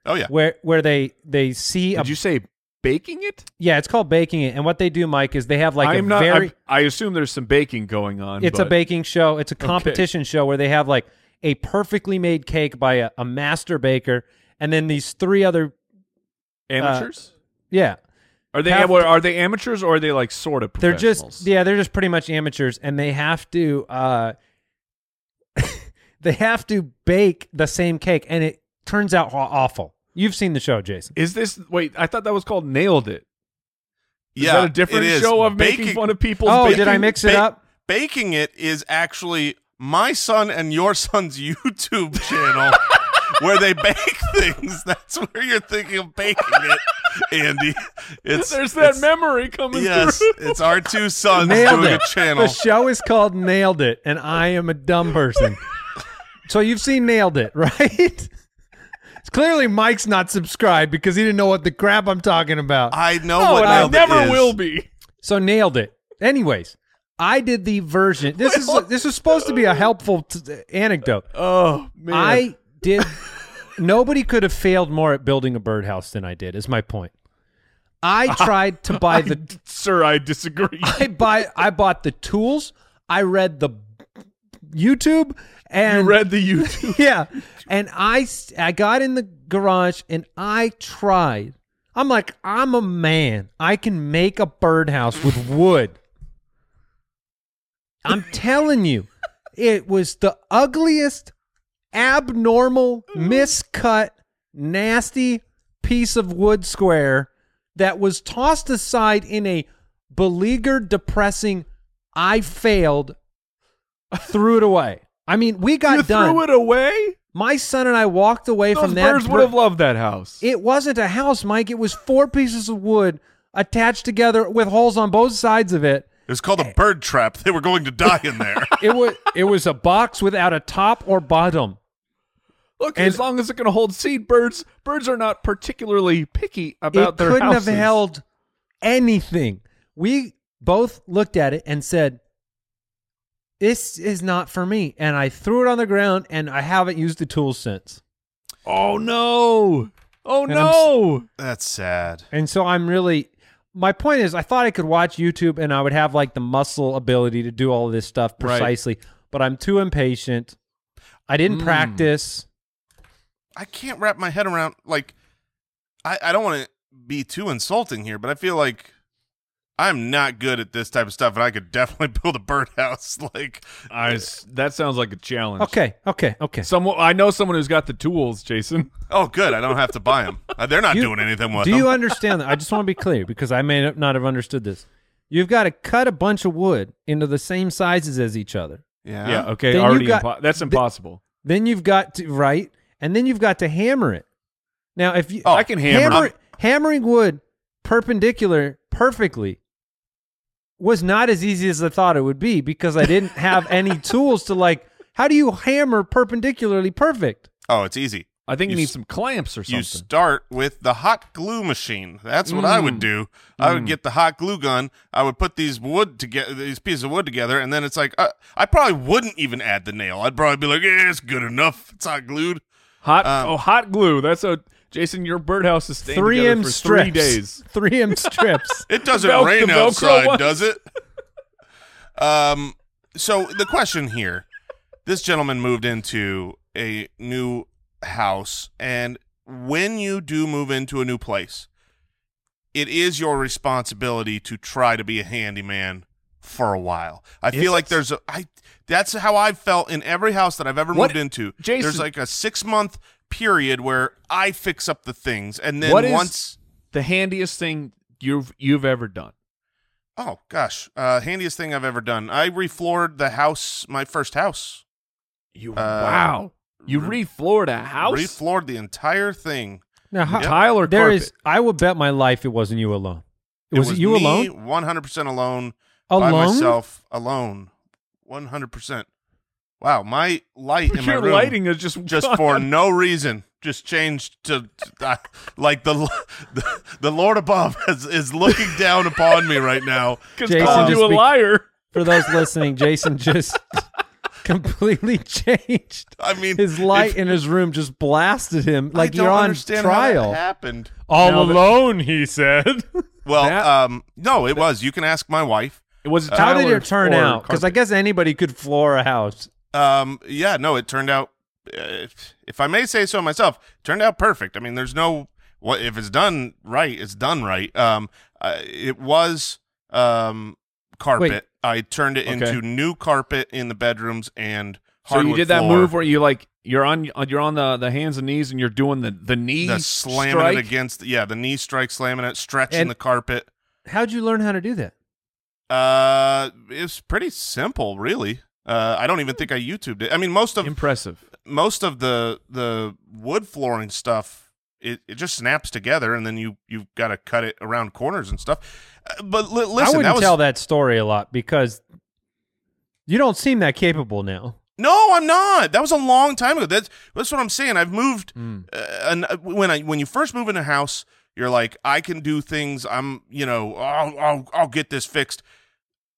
Speaker 3: Oh yeah.
Speaker 4: where where they they see a,
Speaker 1: Did you say baking it?
Speaker 4: yeah it's called Baking It and what they do Mike is they have like
Speaker 1: I'm
Speaker 4: a
Speaker 1: not.
Speaker 4: very
Speaker 1: I'm- I assume there's some baking going on.
Speaker 4: it's a
Speaker 1: but-
Speaker 4: baking show it's a competition show where they have like a perfectly made cake by a, a master baker and then these three other
Speaker 1: Amateurs?
Speaker 4: yeah
Speaker 1: are they
Speaker 4: have
Speaker 1: am-
Speaker 4: to-
Speaker 1: are they amateurs or are they like sort of
Speaker 4: they're just
Speaker 1: professionals?
Speaker 4: yeah they're just pretty much amateurs and they have to uh (laughs) they have to bake the same cake and it turns out aw- awful you've seen the show jason
Speaker 1: Is this wait? I thought that was called Nailed It. Is
Speaker 3: yeah.
Speaker 1: that a different
Speaker 3: it is.
Speaker 1: show of making
Speaker 3: Baking-
Speaker 1: fun of people's?
Speaker 4: oh
Speaker 1: baking?
Speaker 4: did i mix it
Speaker 3: ba-
Speaker 4: up
Speaker 3: Baking it is actually my son and your son's (laughs) YouTube channel (laughs) where they bake (laughs) things. That's where you're thinking of baking it, Andy. It's
Speaker 1: (laughs) There's that
Speaker 3: it's-
Speaker 1: memory coming
Speaker 3: Yes,
Speaker 1: through.
Speaker 3: it's our two sons
Speaker 4: nailed
Speaker 3: doing
Speaker 4: it
Speaker 3: a channel.
Speaker 4: the show is called nailed it and i am a
Speaker 3: (laughs)
Speaker 4: dumb person so you've seen nailed it (laughs) right it's clearly mike's not subscribed because he didn't know what the crap i'm talking about
Speaker 3: I know
Speaker 1: Oh,
Speaker 3: what
Speaker 1: and I
Speaker 3: nailed it
Speaker 1: never
Speaker 3: is.
Speaker 1: will (laughs) be.
Speaker 4: So nailed it. Anyways, I did the version. This is this is supposed to be a helpful t- anecdote.
Speaker 1: Oh man,
Speaker 4: I
Speaker 1: (laughs)
Speaker 4: did. Nobody could have failed more at building a birdhouse than I did. Is my point.
Speaker 1: (laughs)
Speaker 4: I tried to buy the.
Speaker 1: sir, I disagree.
Speaker 4: (laughs) I buy. I bought the tools. I read the YouTube and
Speaker 1: read the YouTube.
Speaker 4: (laughs) yeah. And I s- I got in the garage and I tried. I'm like, I'm a man. I can make a birdhouse with wood.
Speaker 1: (laughs)
Speaker 4: I'm telling you, it was the ugliest, abnormal, miscut, nasty piece of wood square that was tossed aside in a beleaguered, depressing, I failed, threw it away. I mean, we got
Speaker 1: you
Speaker 4: done.
Speaker 1: threw it away.
Speaker 4: My son and I walked away
Speaker 1: Those
Speaker 4: from that.
Speaker 1: birds
Speaker 4: br-
Speaker 1: would have loved that house.
Speaker 4: it wasn't a house, Mike. It was four pieces of wood attached together with holes on both sides of it.
Speaker 3: It was called a bird trap. They were going to die in
Speaker 4: (laughs)
Speaker 3: there.
Speaker 4: It was it was a box without a top or bottom.
Speaker 1: Look,
Speaker 4: and-
Speaker 1: as long as it can hold seed, birds birds are not particularly picky about
Speaker 4: it
Speaker 1: their
Speaker 4: couldn't
Speaker 1: houses.
Speaker 4: have held anything. We both looked at it and said, "This is not for me." And I threw it on the ground, and I haven't used the tool since.
Speaker 1: Oh no! Oh
Speaker 4: And I'm s-
Speaker 1: no!
Speaker 3: That's sad.
Speaker 4: And so I'm really my point is I thought I could watch YouTube and I would have like the muscle ability to do all of this stuff
Speaker 1: Right.
Speaker 4: precisely, but I'm too impatient. I didn't
Speaker 1: Mm.
Speaker 4: practice.
Speaker 3: I can't wrap my head around like I, I don't want to be too insulting here, but I feel like I'm not good at this type of stuff, and I could definitely (laughs) build a birdhouse. Like
Speaker 1: I s that sounds like a challenge.
Speaker 4: Okay, okay, okay.
Speaker 1: Someone I know someone who's got the tools, Jason.
Speaker 3: Oh, good. I don't have to buy them. They're not
Speaker 4: You-
Speaker 3: doing anything with
Speaker 4: Do
Speaker 3: them.
Speaker 4: you understand that? I just want to be clear because I may not have understood this. You've got to cut a bunch of wood into the same sizes as each other.
Speaker 3: yeah.
Speaker 1: Yeah. Okay.
Speaker 4: Then you
Speaker 1: already.
Speaker 4: got-
Speaker 1: impo- that's impossible.
Speaker 4: Then you've got to right, and then you've got to hammer it. Now, if you
Speaker 3: Oh,
Speaker 1: I can hammer.
Speaker 4: Hammer- hammering wood perpendicular perfectly was not as easy as I thought it would be because I
Speaker 1: (laughs)
Speaker 4: didn't have any tools to like. How do you hammer perpendicularly perfect?
Speaker 3: Oh, it's easy.
Speaker 1: I think you,
Speaker 3: You
Speaker 1: need
Speaker 3: s-
Speaker 1: some clamps or something.
Speaker 3: You
Speaker 1: Mm.
Speaker 3: start with the hot glue machine. That's what I would do. I would get the hot glue gun. I would put these wood together, these pieces of wood together, and then it's like uh, I probably wouldn't even add the nail. I'd probably be like, "Yeah, it's good enough. It's hot glued."
Speaker 1: hot.
Speaker 3: um,
Speaker 1: oh, hot glue. That's a Jason. Your birdhouse is staying
Speaker 4: Three
Speaker 1: together
Speaker 4: M
Speaker 1: for
Speaker 4: strips.
Speaker 1: three days.
Speaker 4: (laughs) Three
Speaker 1: (laughs)
Speaker 4: M strips.
Speaker 3: It doesn't
Speaker 1: Vel-
Speaker 3: rain
Speaker 1: the Velcro
Speaker 3: outside,
Speaker 1: ones.
Speaker 3: does it? um. So the question here: This gentleman moved into a new house, and when you do move into a new place, it is your responsibility to try to be a handyman for a while. I feel like there's a I. That's how I felt in every house that I've ever
Speaker 1: What-
Speaker 3: moved into.
Speaker 1: Jason-
Speaker 3: there's like a six month period where I fix up the things, and then
Speaker 1: What is-
Speaker 3: once
Speaker 1: The handiest thing you've you've ever done.
Speaker 3: oh gosh, uh, handiest thing I've ever done. I refloored the house, my first house.
Speaker 1: You
Speaker 3: Uh,
Speaker 1: wow. You
Speaker 3: re-
Speaker 1: refloored a house.
Speaker 3: Refloored the the entire thing.
Speaker 4: Now, how,
Speaker 3: Yep.
Speaker 1: Tile or
Speaker 4: there
Speaker 1: carpet?
Speaker 4: is. I will bet my life it wasn't you alone. was, it you alone?
Speaker 3: One hundred percent alone.
Speaker 4: Alone?
Speaker 3: By myself, alone. One hundred percent. Wow, my light in my
Speaker 1: Your
Speaker 3: room
Speaker 1: lighting is just
Speaker 3: (laughs) just
Speaker 1: (laughs)
Speaker 3: for no reason just changed to, to- I- like the, (laughs) the the Lord above (laughs) is, is looking down upon me right now.
Speaker 4: Jason
Speaker 1: Jason called
Speaker 4: just
Speaker 1: you a
Speaker 4: be-
Speaker 1: liar.
Speaker 4: For those listening,
Speaker 1: (laughs)
Speaker 4: Jason just (laughs) completely changed.
Speaker 3: I mean,
Speaker 4: His light
Speaker 3: if-
Speaker 4: in his room just blasted him
Speaker 3: I
Speaker 4: like
Speaker 3: don't
Speaker 4: you're on
Speaker 3: understand how that
Speaker 4: trial.
Speaker 3: happened.
Speaker 4: All
Speaker 1: Now that-
Speaker 4: alone, he said.
Speaker 3: Well,
Speaker 1: That-
Speaker 3: um, no, it was. You can ask my wife.
Speaker 1: It was a
Speaker 4: (laughs) How
Speaker 1: tile
Speaker 4: did
Speaker 1: or-
Speaker 4: it turn
Speaker 1: or
Speaker 4: out? Because I
Speaker 1: carpet?
Speaker 4: guess anybody could floor a house.
Speaker 3: Um, yeah, no, it turned out, uh, if I may say so myself, it turned out perfect. I mean, there's no what if it's done right, it's done right. Um, uh, it was um carpet.
Speaker 4: Wait.
Speaker 3: I turned it
Speaker 1: Okay.
Speaker 3: into new carpet in the bedrooms and
Speaker 1: So you
Speaker 3: hardwood
Speaker 1: did that
Speaker 3: floor.
Speaker 1: move where you like you're on you're on the, the hands and knees and you're doing the the knee
Speaker 3: the slamming
Speaker 1: strike?
Speaker 3: it against yeah the knee strike slamming it stretching
Speaker 4: And-
Speaker 3: the carpet
Speaker 4: How'd you learn how to do that?
Speaker 3: uh it's pretty simple really uh i don't even think i youtubed it i mean most of
Speaker 1: Impressive.
Speaker 3: most of the the wood flooring stuff it, it just snaps together and then you you've got to cut it around corners and stuff Uh, but li-
Speaker 4: I
Speaker 3: listen
Speaker 4: wouldn't
Speaker 3: that was
Speaker 4: tell that story a lot because you don't seem that capable now.
Speaker 3: no i'm not that was a long time ago that's that's what i'm saying i've moved uh, and uh, when i when you first move in a house you're like i can do things i'm you know i'll i'll, I'll get this fixed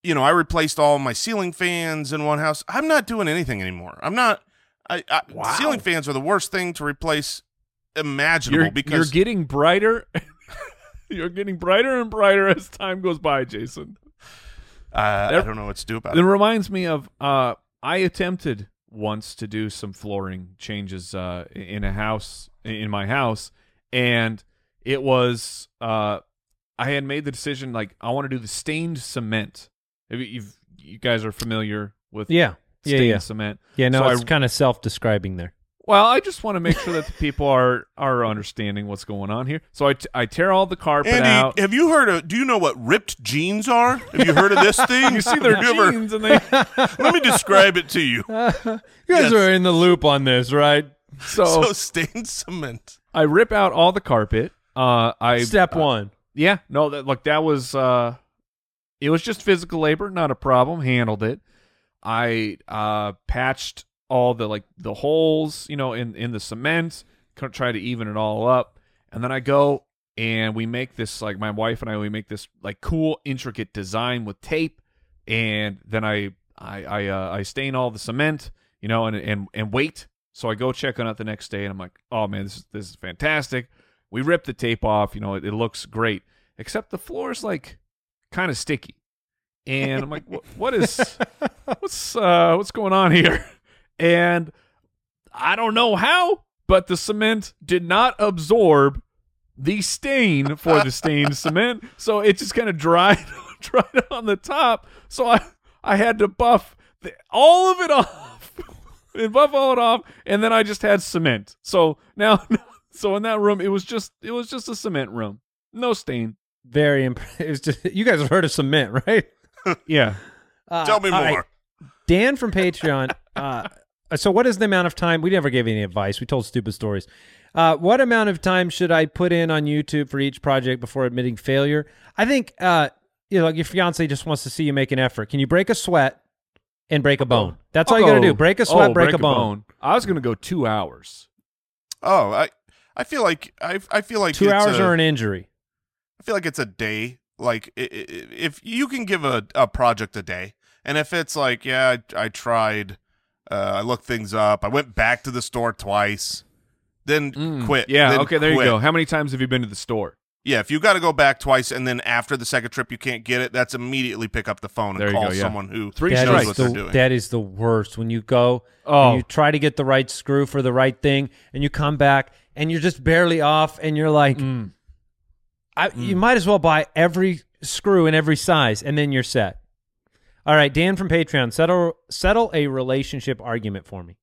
Speaker 3: you know, I replaced all my ceiling fans in one house. I'm not doing anything anymore. I'm not. I, I ceiling fans are the worst thing to replace imaginable
Speaker 1: You're,
Speaker 3: because
Speaker 1: you're getting brighter. (laughs) you're getting brighter and brighter as time goes by, Jason.
Speaker 3: uh, I
Speaker 1: they're-
Speaker 3: don't know what to do about
Speaker 1: It
Speaker 3: it.
Speaker 1: reminds me of uh, I attempted once to do some flooring changes uh, in a house in my house, and it was uh, I had made the decision like I want to do the stained cement. If you- you've you guys are familiar with
Speaker 4: Yeah. Yeah,
Speaker 1: stained
Speaker 4: yeah.
Speaker 1: cement.
Speaker 4: Yeah, no,
Speaker 1: So
Speaker 4: it's
Speaker 1: I-
Speaker 4: kind of self describing there.
Speaker 1: Well, I just want to make sure that the people are are understanding what's going on here. So I, t- I tear all the carpet
Speaker 3: Andy,
Speaker 1: out.
Speaker 3: have you heard of? Do you know what ripped jeans are? Have you heard of
Speaker 1: (laughs)
Speaker 3: this thing?
Speaker 1: You see their
Speaker 3: Have you ever-
Speaker 1: jeans and they
Speaker 3: Let me describe it to you.
Speaker 4: You
Speaker 3: guys Yes. are
Speaker 4: in the loop on this, right?
Speaker 1: Oh.
Speaker 3: So stained cement.
Speaker 1: (laughs) I rip out all the carpet. Uh, I
Speaker 4: Step one.
Speaker 1: yeah, no, that look that was uh, it was just physical labor, not a problem. Handled it. I uh patched all the like the holes, you know, in in the cement. co- Try to even it all up, and then I go and we make this like my wife and I we make this like cool intricate design with tape, and then I I I uh, I stain all the cement, you know, and and and wait. So I go check on it the next day, and I'm like, oh man, this is this is fantastic. We rip the tape off, you know, it, it looks great, except the floor is like kind of sticky, and I'm like, what, what is what's uh what's going on here? And I don't know how, but the cement did not absorb the stain for the
Speaker 3: (laughs)
Speaker 1: stained cement, so it just kind of dried (laughs) dried on the top. So I I had to buff the, all of it (laughs) off, and buff all it off, and then I just had cement. So now, (laughs) so in that room, it was just it was just a cement room, no stain.
Speaker 4: Very (laughs) impressive. Just, you guys have heard of cement, right?
Speaker 1: Yeah,
Speaker 4: Uh,
Speaker 3: Tell me
Speaker 4: all
Speaker 3: more.
Speaker 4: right. Dan from Patreon. Uh, so, what is the amount of time? We never gave any advice. We told stupid stories. Uh, what amount of time should I put in on YouTube for each project before admitting failure? I think uh, you know, like your fiance just wants to see you make an effort. Can you break a sweat and break a bone? That's all you got to
Speaker 1: Oh,
Speaker 4: do. Break a sweat,
Speaker 1: oh,
Speaker 4: break, a, bone.
Speaker 1: I was gonna go two hours.
Speaker 3: Oh, I, I feel like I, I feel like
Speaker 4: Two
Speaker 3: it's
Speaker 4: hours
Speaker 3: a-
Speaker 4: or an injury.
Speaker 3: I feel like it's a day. Like i- i- if you can give a, a project a day, and if it's like, yeah, I, I tried, uh, I looked things up, I went back to the store twice, then
Speaker 1: Mm,
Speaker 3: quit.
Speaker 1: Yeah.
Speaker 3: then
Speaker 1: okay. There you
Speaker 3: quit.
Speaker 1: go. How many times have you been to the store?
Speaker 3: Yeah, if you got to go back twice, and then after the second trip you can't get it, that's immediately pick up the phone
Speaker 1: There
Speaker 3: and
Speaker 1: you
Speaker 3: call
Speaker 1: go, yeah.
Speaker 3: someone who
Speaker 1: Three
Speaker 3: knows
Speaker 4: That
Speaker 1: strikes.
Speaker 4: is,
Speaker 3: what they're
Speaker 4: the,
Speaker 3: doing.
Speaker 4: that is the worst. When you go
Speaker 1: Oh.
Speaker 4: and you try to get the right screw for the right thing, and you come back and you're just barely off, and you're like,
Speaker 1: Mm.
Speaker 4: I, you might as well buy every screw in every size, and then you're set. All right, Dan from Patreon, settle settle a relationship argument for me.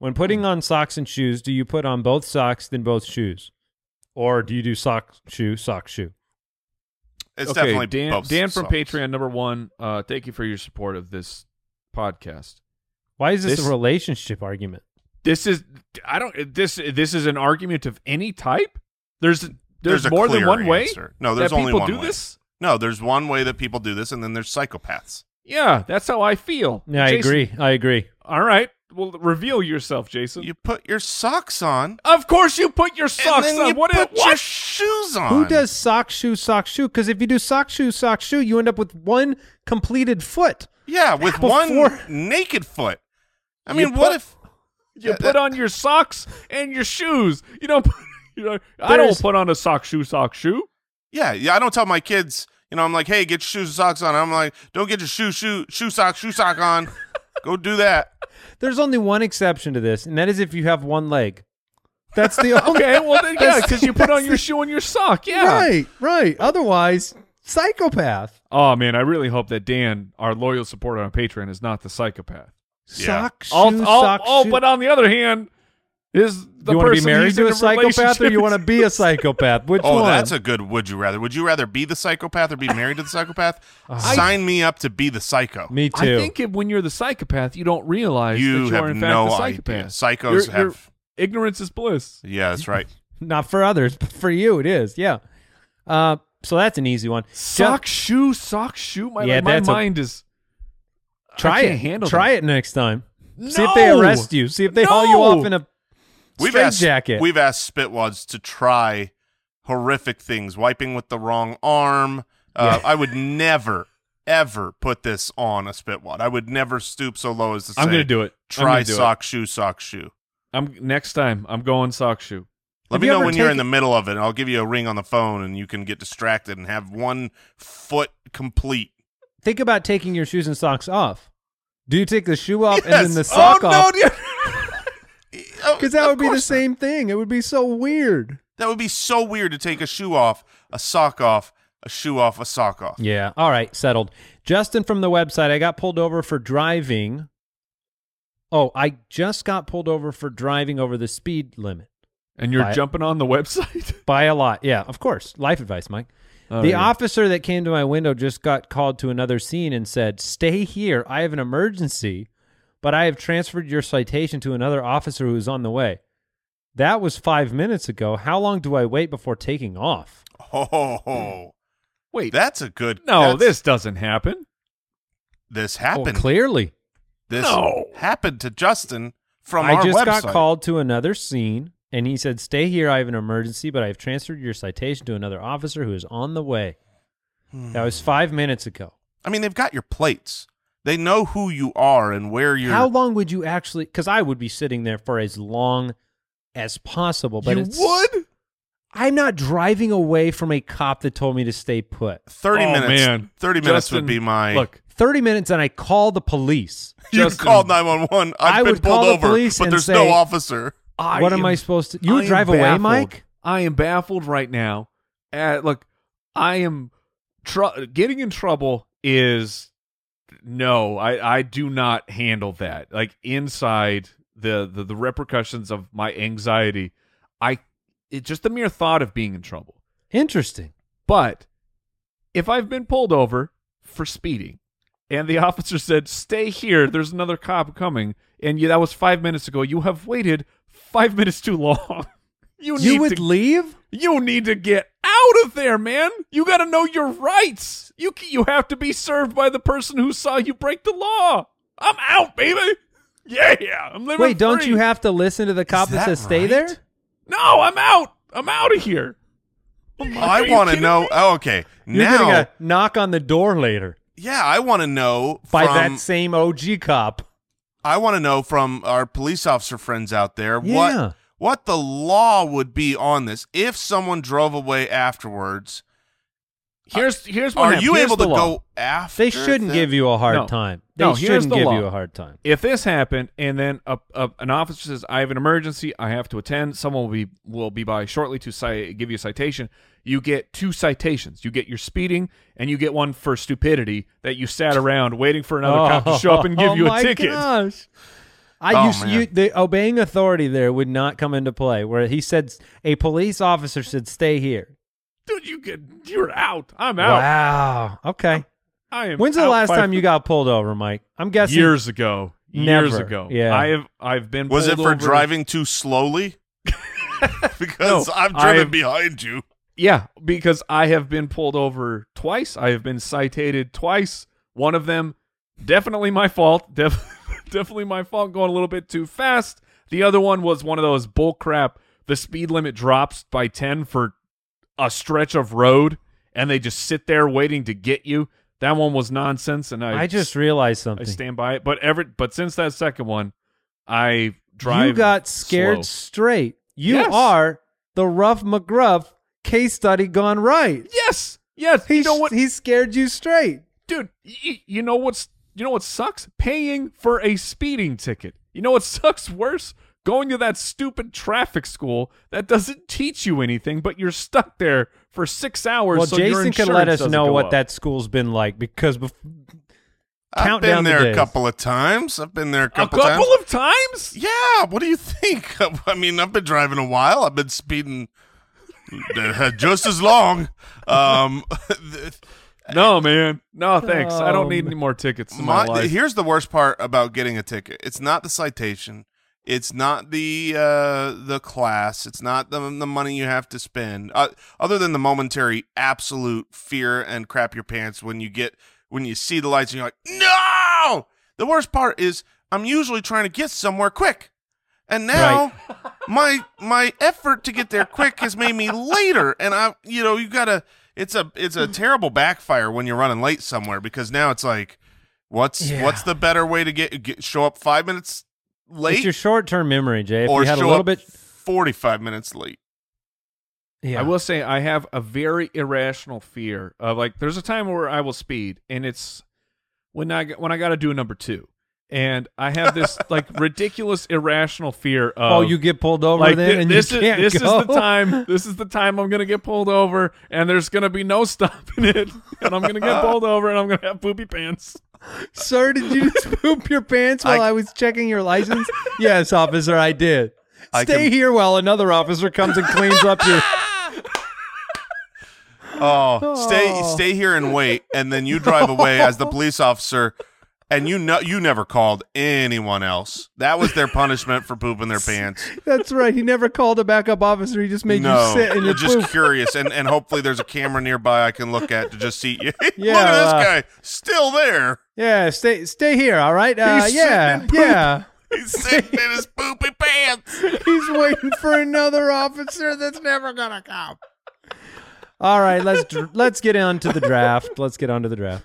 Speaker 4: When
Speaker 1: Mm.
Speaker 4: putting on socks and shoes, do you put on both socks then both shoes, or do you do sock shoe sock shoe?
Speaker 3: It's
Speaker 1: okay,
Speaker 3: definitely
Speaker 1: Dan,
Speaker 3: both
Speaker 1: Dan from
Speaker 3: songs.
Speaker 1: Patreon number one. Uh, thank you for your support of this podcast.
Speaker 4: Why is this,
Speaker 1: This-
Speaker 4: a relationship argument?
Speaker 1: This is I don't this this is an argument of any type. There's there's,
Speaker 3: There's a
Speaker 1: more than
Speaker 3: clear
Speaker 1: one way.
Speaker 3: answer. No, there's
Speaker 1: that
Speaker 3: only
Speaker 1: people
Speaker 3: one
Speaker 1: do
Speaker 3: way.
Speaker 1: this.
Speaker 3: No, there's one way that people do this, and then there's psychopaths.
Speaker 1: Yeah, that's how I feel.
Speaker 4: Yeah, I
Speaker 1: Jason-
Speaker 4: agree. I agree.
Speaker 1: All right, well, reveal yourself, Jason.
Speaker 3: You put your socks on,
Speaker 1: of course, you put your socks
Speaker 3: and then
Speaker 1: on.
Speaker 3: you
Speaker 1: what?
Speaker 3: put
Speaker 1: what?
Speaker 3: your shoes on.
Speaker 4: Who does sock shoe sock shoe? Because if you do sock shoe sock shoe, you end up with one completed foot.
Speaker 3: Yeah, with one
Speaker 4: Before-
Speaker 3: naked foot. I
Speaker 1: You
Speaker 3: mean, what
Speaker 1: put-
Speaker 3: if?
Speaker 1: you put on your socks and your shoes. You don't. Put, (laughs) you know, I don't
Speaker 4: There's-
Speaker 1: put on a sock, shoe, sock, shoe.
Speaker 3: Yeah, yeah. I don't tell my kids. You know, I'm like, hey, get your shoes and socks on. I'm like, don't get your shoe, shoe, shoe sock, shoe
Speaker 1: (laughs)
Speaker 3: sock on. Go do that.
Speaker 4: There's only one exception to this, and that is if you have one leg.
Speaker 1: (laughs)
Speaker 4: That's the only.
Speaker 1: Okay, well
Speaker 3: (laughs)
Speaker 1: then, yeah, because you put on your shoe and your sock. Yeah.
Speaker 4: Right, right. Otherwise, psychopath.
Speaker 1: Oh man, I really hope that Dan, our loyal supporter on Patreon, is not the psychopath.
Speaker 3: Yeah.
Speaker 4: Sock shoe
Speaker 1: All, all-
Speaker 4: sock
Speaker 1: oh,
Speaker 4: shoe.
Speaker 1: but on the other hand, is the
Speaker 4: you want to
Speaker 1: person
Speaker 4: be married
Speaker 1: he's
Speaker 4: to
Speaker 1: in
Speaker 4: a psychopath, or
Speaker 1: relationship
Speaker 4: you want to be
Speaker 1: (laughs)
Speaker 4: a psychopath? Which
Speaker 3: Oh,
Speaker 4: one?
Speaker 3: that's a good. Would you rather? Would you rather be the psychopath or be married to the psychopath? Sign me up to be the psycho.
Speaker 4: Me
Speaker 1: (laughs) I
Speaker 4: too.
Speaker 1: think if, when you're the psychopath, you don't realize
Speaker 3: You
Speaker 1: that you are
Speaker 3: have
Speaker 1: in fact
Speaker 3: no
Speaker 1: the
Speaker 3: idea.
Speaker 1: psychopath.
Speaker 3: Psychos
Speaker 1: You're- you're-
Speaker 3: have-
Speaker 1: ignorance is bliss.
Speaker 3: Yeah, that's right.
Speaker 4: Not for others, but for you, it is. Yeah. Uh, so that's an easy one.
Speaker 1: Sock, shoe, sock, shoe. My,
Speaker 4: Yeah,
Speaker 1: my
Speaker 4: that's a-
Speaker 1: mind is.
Speaker 4: Jeff, try
Speaker 1: I can't
Speaker 4: it.
Speaker 1: handle
Speaker 4: try
Speaker 1: that.
Speaker 4: it next time. See if they arrest you. See if they haul you off in a
Speaker 3: We've
Speaker 4: straight
Speaker 3: asked,
Speaker 4: jacket.
Speaker 3: We've asked Spitwads to try horrific things, wiping with the wrong arm. Uh, I would never, ever put this on a Spitwad. I would never stoop so low as to say,
Speaker 1: I'm gonna do it. I'm
Speaker 3: Try
Speaker 1: gonna do it.
Speaker 3: sock shoe, sock shoe.
Speaker 1: I'm next time. I'm going sock shoe.
Speaker 3: Let
Speaker 4: Have
Speaker 3: me
Speaker 4: you
Speaker 3: know
Speaker 4: ever
Speaker 3: when you're in
Speaker 4: taken-
Speaker 3: the middle of it, and I'll give you a ring on the phone, and you can get distracted and have one foot complete.
Speaker 4: Think about taking your shoes and socks off. Do you take the shoe off and
Speaker 3: Yes.
Speaker 4: then the sock
Speaker 3: oh,
Speaker 4: off? (laughs)
Speaker 3: No, Oh,
Speaker 4: Because that would be the
Speaker 3: same.
Speaker 4: same thing. It would be so weird.
Speaker 3: That would be so weird to take a shoe off, a sock off, a shoe off, a sock off.
Speaker 4: Yeah. All right. Settled. Justin from the website. I got pulled over for driving. Oh, I just got pulled over for driving over the speed limit
Speaker 1: And you're
Speaker 4: Bye.
Speaker 1: jumping on the website. (laughs)
Speaker 4: by a lot. Yeah, of course. Life advice, Mike.
Speaker 1: Oh,
Speaker 4: the
Speaker 1: yeah.
Speaker 4: officer that came to my window just got called to another scene and said, "Stay here. I have an emergency, but I have transferred your citation to another officer who is on the way." That was 5 minutes ago. How long do I wait before taking off?
Speaker 3: Oh,
Speaker 1: Wait,
Speaker 3: that's a good.
Speaker 1: no,
Speaker 3: that's-
Speaker 1: this doesn't happen.
Speaker 3: this
Speaker 4: Well,
Speaker 3: happened.
Speaker 4: clearly.
Speaker 3: this
Speaker 1: No.
Speaker 3: happened to Justin from
Speaker 4: I
Speaker 3: our
Speaker 4: just
Speaker 3: website.
Speaker 4: got called to another scene, and he said, "Stay here. I have an emergency, but I have transferred your citation to another officer who is on the way." That was five minutes ago.
Speaker 3: I mean, they've got your plates. They know who you are and where you're.
Speaker 4: How long would you actually? Because I would be sitting there for as long as possible. But
Speaker 1: you
Speaker 4: it's,
Speaker 1: would?
Speaker 4: I'm not driving away from a cop that told me to stay put.
Speaker 3: Thirty
Speaker 1: Oh,
Speaker 3: minutes.
Speaker 1: Man.
Speaker 3: Thirty minutes
Speaker 1: Justin,
Speaker 3: would be my.
Speaker 1: look.
Speaker 4: Thirty minutes, and I call
Speaker 1: (laughs)
Speaker 4: the police.
Speaker 3: you
Speaker 1: Justin,
Speaker 3: called nine one one. I've
Speaker 4: I
Speaker 3: been
Speaker 4: would
Speaker 3: pulled
Speaker 4: call the
Speaker 3: over,
Speaker 4: police
Speaker 3: but
Speaker 4: and
Speaker 3: there's
Speaker 4: say-
Speaker 3: no officer.
Speaker 4: What am I supposed to- you
Speaker 1: I
Speaker 4: would
Speaker 1: am
Speaker 4: drive away,
Speaker 1: baffled.
Speaker 4: Mike?
Speaker 1: I am baffled right now. Uh, look, I am tr- getting in trouble is no. I I do not handle that. Like inside the the, the repercussions of my anxiety, I it, just the mere thought of being in trouble.
Speaker 4: Interesting.
Speaker 1: But if I've been pulled over for speeding and the (laughs) officer said, stay here, there's another cop coming, and you, that was five minutes ago, you have waited five (laughs) minutes too long. You need,
Speaker 4: You would
Speaker 1: to,
Speaker 4: leave?
Speaker 1: you need to get out of there, man. You got to know your rights. You, c- you have to be served by the person who saw you break the law. I'm out, baby. Yeah, I'm living
Speaker 4: Wait, don't
Speaker 1: free.
Speaker 4: you have to listen to the cop
Speaker 3: Is
Speaker 4: that,
Speaker 3: that
Speaker 4: says stay
Speaker 3: right?
Speaker 4: there?
Speaker 1: No, I'm out. I'm out of here.
Speaker 4: "Oh
Speaker 3: I want to know. Oh, okay,
Speaker 4: You're
Speaker 3: now,
Speaker 4: gonna knock on the door later
Speaker 3: yeah, I want to know
Speaker 4: by
Speaker 3: from
Speaker 4: that same OG cop.
Speaker 3: I want to know from our police officer friends out there
Speaker 4: Yeah.
Speaker 3: what what the law would be on this if someone drove away afterwards.
Speaker 1: Here's here's what
Speaker 3: Are
Speaker 1: hap-
Speaker 3: you
Speaker 1: here's
Speaker 3: able
Speaker 1: the
Speaker 3: to
Speaker 1: law.
Speaker 3: go after?
Speaker 4: They shouldn't
Speaker 3: them?
Speaker 4: give you a hard
Speaker 1: No.
Speaker 4: time. They
Speaker 1: No, here's
Speaker 4: shouldn't
Speaker 1: the
Speaker 4: give
Speaker 1: law.
Speaker 4: you a hard time.
Speaker 1: if this happened and then a, a, an officer says i have an emergency i have to attend someone will be will be by shortly to ci- give you a citation you get two citations you get your speeding and you get one for
Speaker 4: (laughs)
Speaker 1: stupidity that you sat around waiting for another cop to show up and give
Speaker 4: Oh
Speaker 1: you a
Speaker 4: my
Speaker 1: ticket
Speaker 4: gosh. I
Speaker 3: Oh,
Speaker 4: used
Speaker 3: man.
Speaker 4: you, the obeying authority there would not come into play. Where he said a police officer said, "Stay here."
Speaker 1: dude, you get you're out. I'm out.
Speaker 4: Wow. Okay.
Speaker 1: I am.
Speaker 4: When's the
Speaker 1: out
Speaker 4: last
Speaker 1: by
Speaker 4: time you got pulled over, Mike? I'm guessing
Speaker 1: years ago? Years
Speaker 4: Never.
Speaker 1: ago.
Speaker 4: Yeah.
Speaker 1: I have. I've been.
Speaker 3: Was it
Speaker 1: pulled
Speaker 3: for
Speaker 1: over-
Speaker 3: driving too
Speaker 4: (laughs)
Speaker 3: slowly? because
Speaker 1: No,
Speaker 3: I've driven
Speaker 1: I've-
Speaker 3: behind you.
Speaker 1: Yeah, because I have been pulled over twice. I have been cited twice. One of them, definitely my fault. (laughs) Def- definitely my fault going a little bit too fast. The other one was one of those bullcrap. The speed limit drops by 10 for a stretch of road, and they just sit there waiting to get you. That one was nonsense, and I,
Speaker 4: I just realized
Speaker 1: I
Speaker 4: something.
Speaker 1: stand by it. But ever, but since that second one, I drive.
Speaker 4: you got scared
Speaker 1: slow.
Speaker 4: straight. You
Speaker 1: Yes.
Speaker 4: are the rough McGruff case study gone right.
Speaker 1: Yes, yes.
Speaker 4: He
Speaker 1: you know what?
Speaker 4: he scared you straight.
Speaker 1: dude y- y- you know what's you know what sucks paying for a speeding ticket you know what (laughs) sucks worse going to that stupid traffic school that doesn't teach you anything but you're stuck there for six hours
Speaker 4: Well,
Speaker 1: so your
Speaker 4: Jason can let
Speaker 1: insurance
Speaker 4: us
Speaker 1: doesn't
Speaker 4: know
Speaker 1: go
Speaker 4: what
Speaker 1: up.
Speaker 4: that school's been like because bef-
Speaker 3: I've
Speaker 4: Count
Speaker 3: been
Speaker 4: down the
Speaker 3: there a
Speaker 4: days.
Speaker 3: couple of times. I've been there a
Speaker 1: a
Speaker 3: couple,
Speaker 1: couple
Speaker 3: times.
Speaker 1: of times
Speaker 3: yeah, what do you think? (laughs) I mean, I've been driving a while. I've been
Speaker 4: (laughs)
Speaker 3: speeding uh, just as long. Um, (laughs)
Speaker 1: no man no thanks i don't
Speaker 4: Oh,
Speaker 1: need
Speaker 4: man.
Speaker 1: any more tickets in my,
Speaker 3: my,
Speaker 1: life
Speaker 3: here's the worst part about getting a ticket. It's not the citation. It's not the uh, the class. It's not the the money you have to spend. Uh, other than the momentary absolute fear and crap your pants when you get when you see the lights and you're like, no. The worst part is I'm usually trying to get somewhere quick, and now (laughs) my my effort to get there quick has made me later. And I, you know, you gotta. It's a
Speaker 1: (laughs)
Speaker 3: it's a terrible backfire when you're running late somewhere because now it's like, what's
Speaker 4: Yeah.
Speaker 3: what's the better way to get, get show up five minutes
Speaker 4: it's
Speaker 3: late
Speaker 4: your short-term memory, Jay. If
Speaker 3: or
Speaker 4: you had a
Speaker 3: show
Speaker 4: little
Speaker 3: up
Speaker 4: bit,
Speaker 3: forty five minutes late?
Speaker 4: yeah.
Speaker 1: I will say I have a very irrational fear of like there's a time where I will speed and it's when I when I got to do a number 2 and I have
Speaker 4: (laughs)
Speaker 1: this like ridiculous irrational fear of
Speaker 4: Oh, you get pulled over
Speaker 1: like
Speaker 4: then,
Speaker 1: thi-
Speaker 4: and
Speaker 1: this
Speaker 4: you
Speaker 1: is
Speaker 4: can't
Speaker 1: this
Speaker 4: go?
Speaker 1: is the time this is the time I'm going to get pulled over and there's going to be no stopping it and I'm going to get pulled over and I'm going to have poopy pants.
Speaker 4: (laughs) Sir, did you just poop your pants while I, was checking your license? yes, officer, I did.
Speaker 3: I
Speaker 4: Stay
Speaker 3: can-
Speaker 4: here while another officer comes and cleans up your.
Speaker 3: Oh, stay stay here and wait, and then you drive away as the police officer, and you know you never called anyone else. That was their punishment for pooping their pants.
Speaker 4: That's right. He never called a backup officer. He just (laughs) made
Speaker 3: no,
Speaker 4: you sit in your
Speaker 3: I'm just
Speaker 4: poop.
Speaker 3: curious, and and hopefully there's a camera nearby I can look at to just see. (laughs) Look at this
Speaker 4: Yeah, uh,
Speaker 3: guy, still there.
Speaker 4: Yeah, stay stay here. All right. Uh,
Speaker 3: He's
Speaker 4: yeah, yeah.
Speaker 3: He's sitting in
Speaker 4: (laughs)
Speaker 3: his poopy pants.
Speaker 4: He's waiting for another officer that's never gonna come. All right, let's dr- let's get on to the draft. Let's get on to the draft.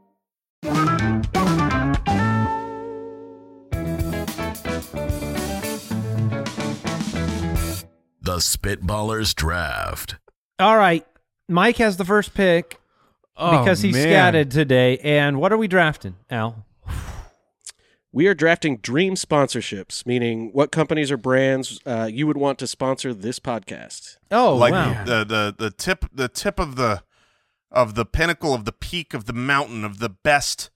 Speaker 2: The Spitballers Draft.
Speaker 4: All right, Mike has the first pick
Speaker 3: Oh,
Speaker 4: because he scatted today. And what are we drafting, Al?
Speaker 5: We are drafting dream sponsorships, meaning what companies or brands uh, you would want to sponsor this podcast.
Speaker 4: Oh,
Speaker 3: like uh,
Speaker 4: wow.
Speaker 3: the, the the tip the tip of the of the pinnacle of the peak of the mountain of the best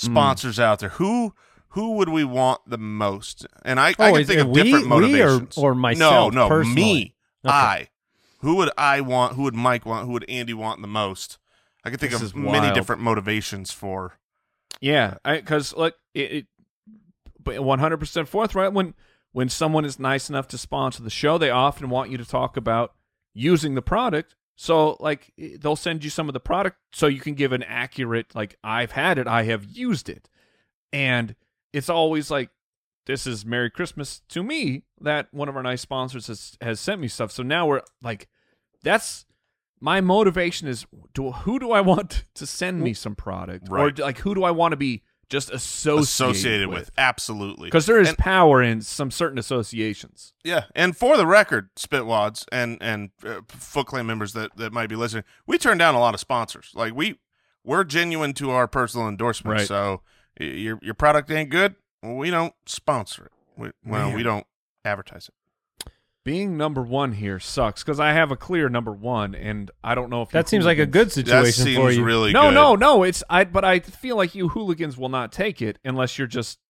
Speaker 4: Hmm.
Speaker 3: sponsors out there. Who who would we want the most? And I, I
Speaker 4: Oh,
Speaker 3: can
Speaker 4: is
Speaker 3: think
Speaker 4: it
Speaker 3: of
Speaker 4: we-
Speaker 3: different
Speaker 4: we or-
Speaker 3: motivations.
Speaker 4: or myself
Speaker 3: No, no,
Speaker 4: personally?
Speaker 3: me.
Speaker 4: Okay.
Speaker 3: I. Who would I want? Who would Mike want? Who would Andy want the most? I can think
Speaker 1: This is
Speaker 3: of many
Speaker 1: wild.
Speaker 3: different motivations for.
Speaker 1: Yeah, because like it, it, but one hundred percent forthright. When when someone is nice enough to sponsor the show, they often want you to talk about using the product. So like i- they'll send you some of the product so you can give an accurate like I've had it, I have used it, and it's always like this is Merry Christmas to me that one of our nice sponsors has has sent me stuff. So now we're like that's my motivation is do, who do I want (laughs) to send me some product, or
Speaker 3: Right.
Speaker 1: do- like who do I want to be just associated,
Speaker 3: associated with. Absolutely.
Speaker 1: Because there is
Speaker 3: And-
Speaker 1: power in some certain associations.
Speaker 3: Yeah, and for the record, Spitwads and and uh, Foot Clan members that that might be listening, we turn down a lot of sponsors. Like we we're genuine to our personal endorsement.
Speaker 1: Right.
Speaker 3: So y- your your product ain't good, we don't sponsor it. We, well,
Speaker 1: Man.
Speaker 3: we don't advertise it.
Speaker 1: Being number one here sucks because I have a clear number one, and I don't know if you
Speaker 4: That seems like a good
Speaker 1: hooligans-
Speaker 4: situation
Speaker 3: that seems
Speaker 4: for you.
Speaker 3: really
Speaker 1: No,
Speaker 3: good.
Speaker 1: no, no. It's I, but I feel like you hooligans will not take it unless you're just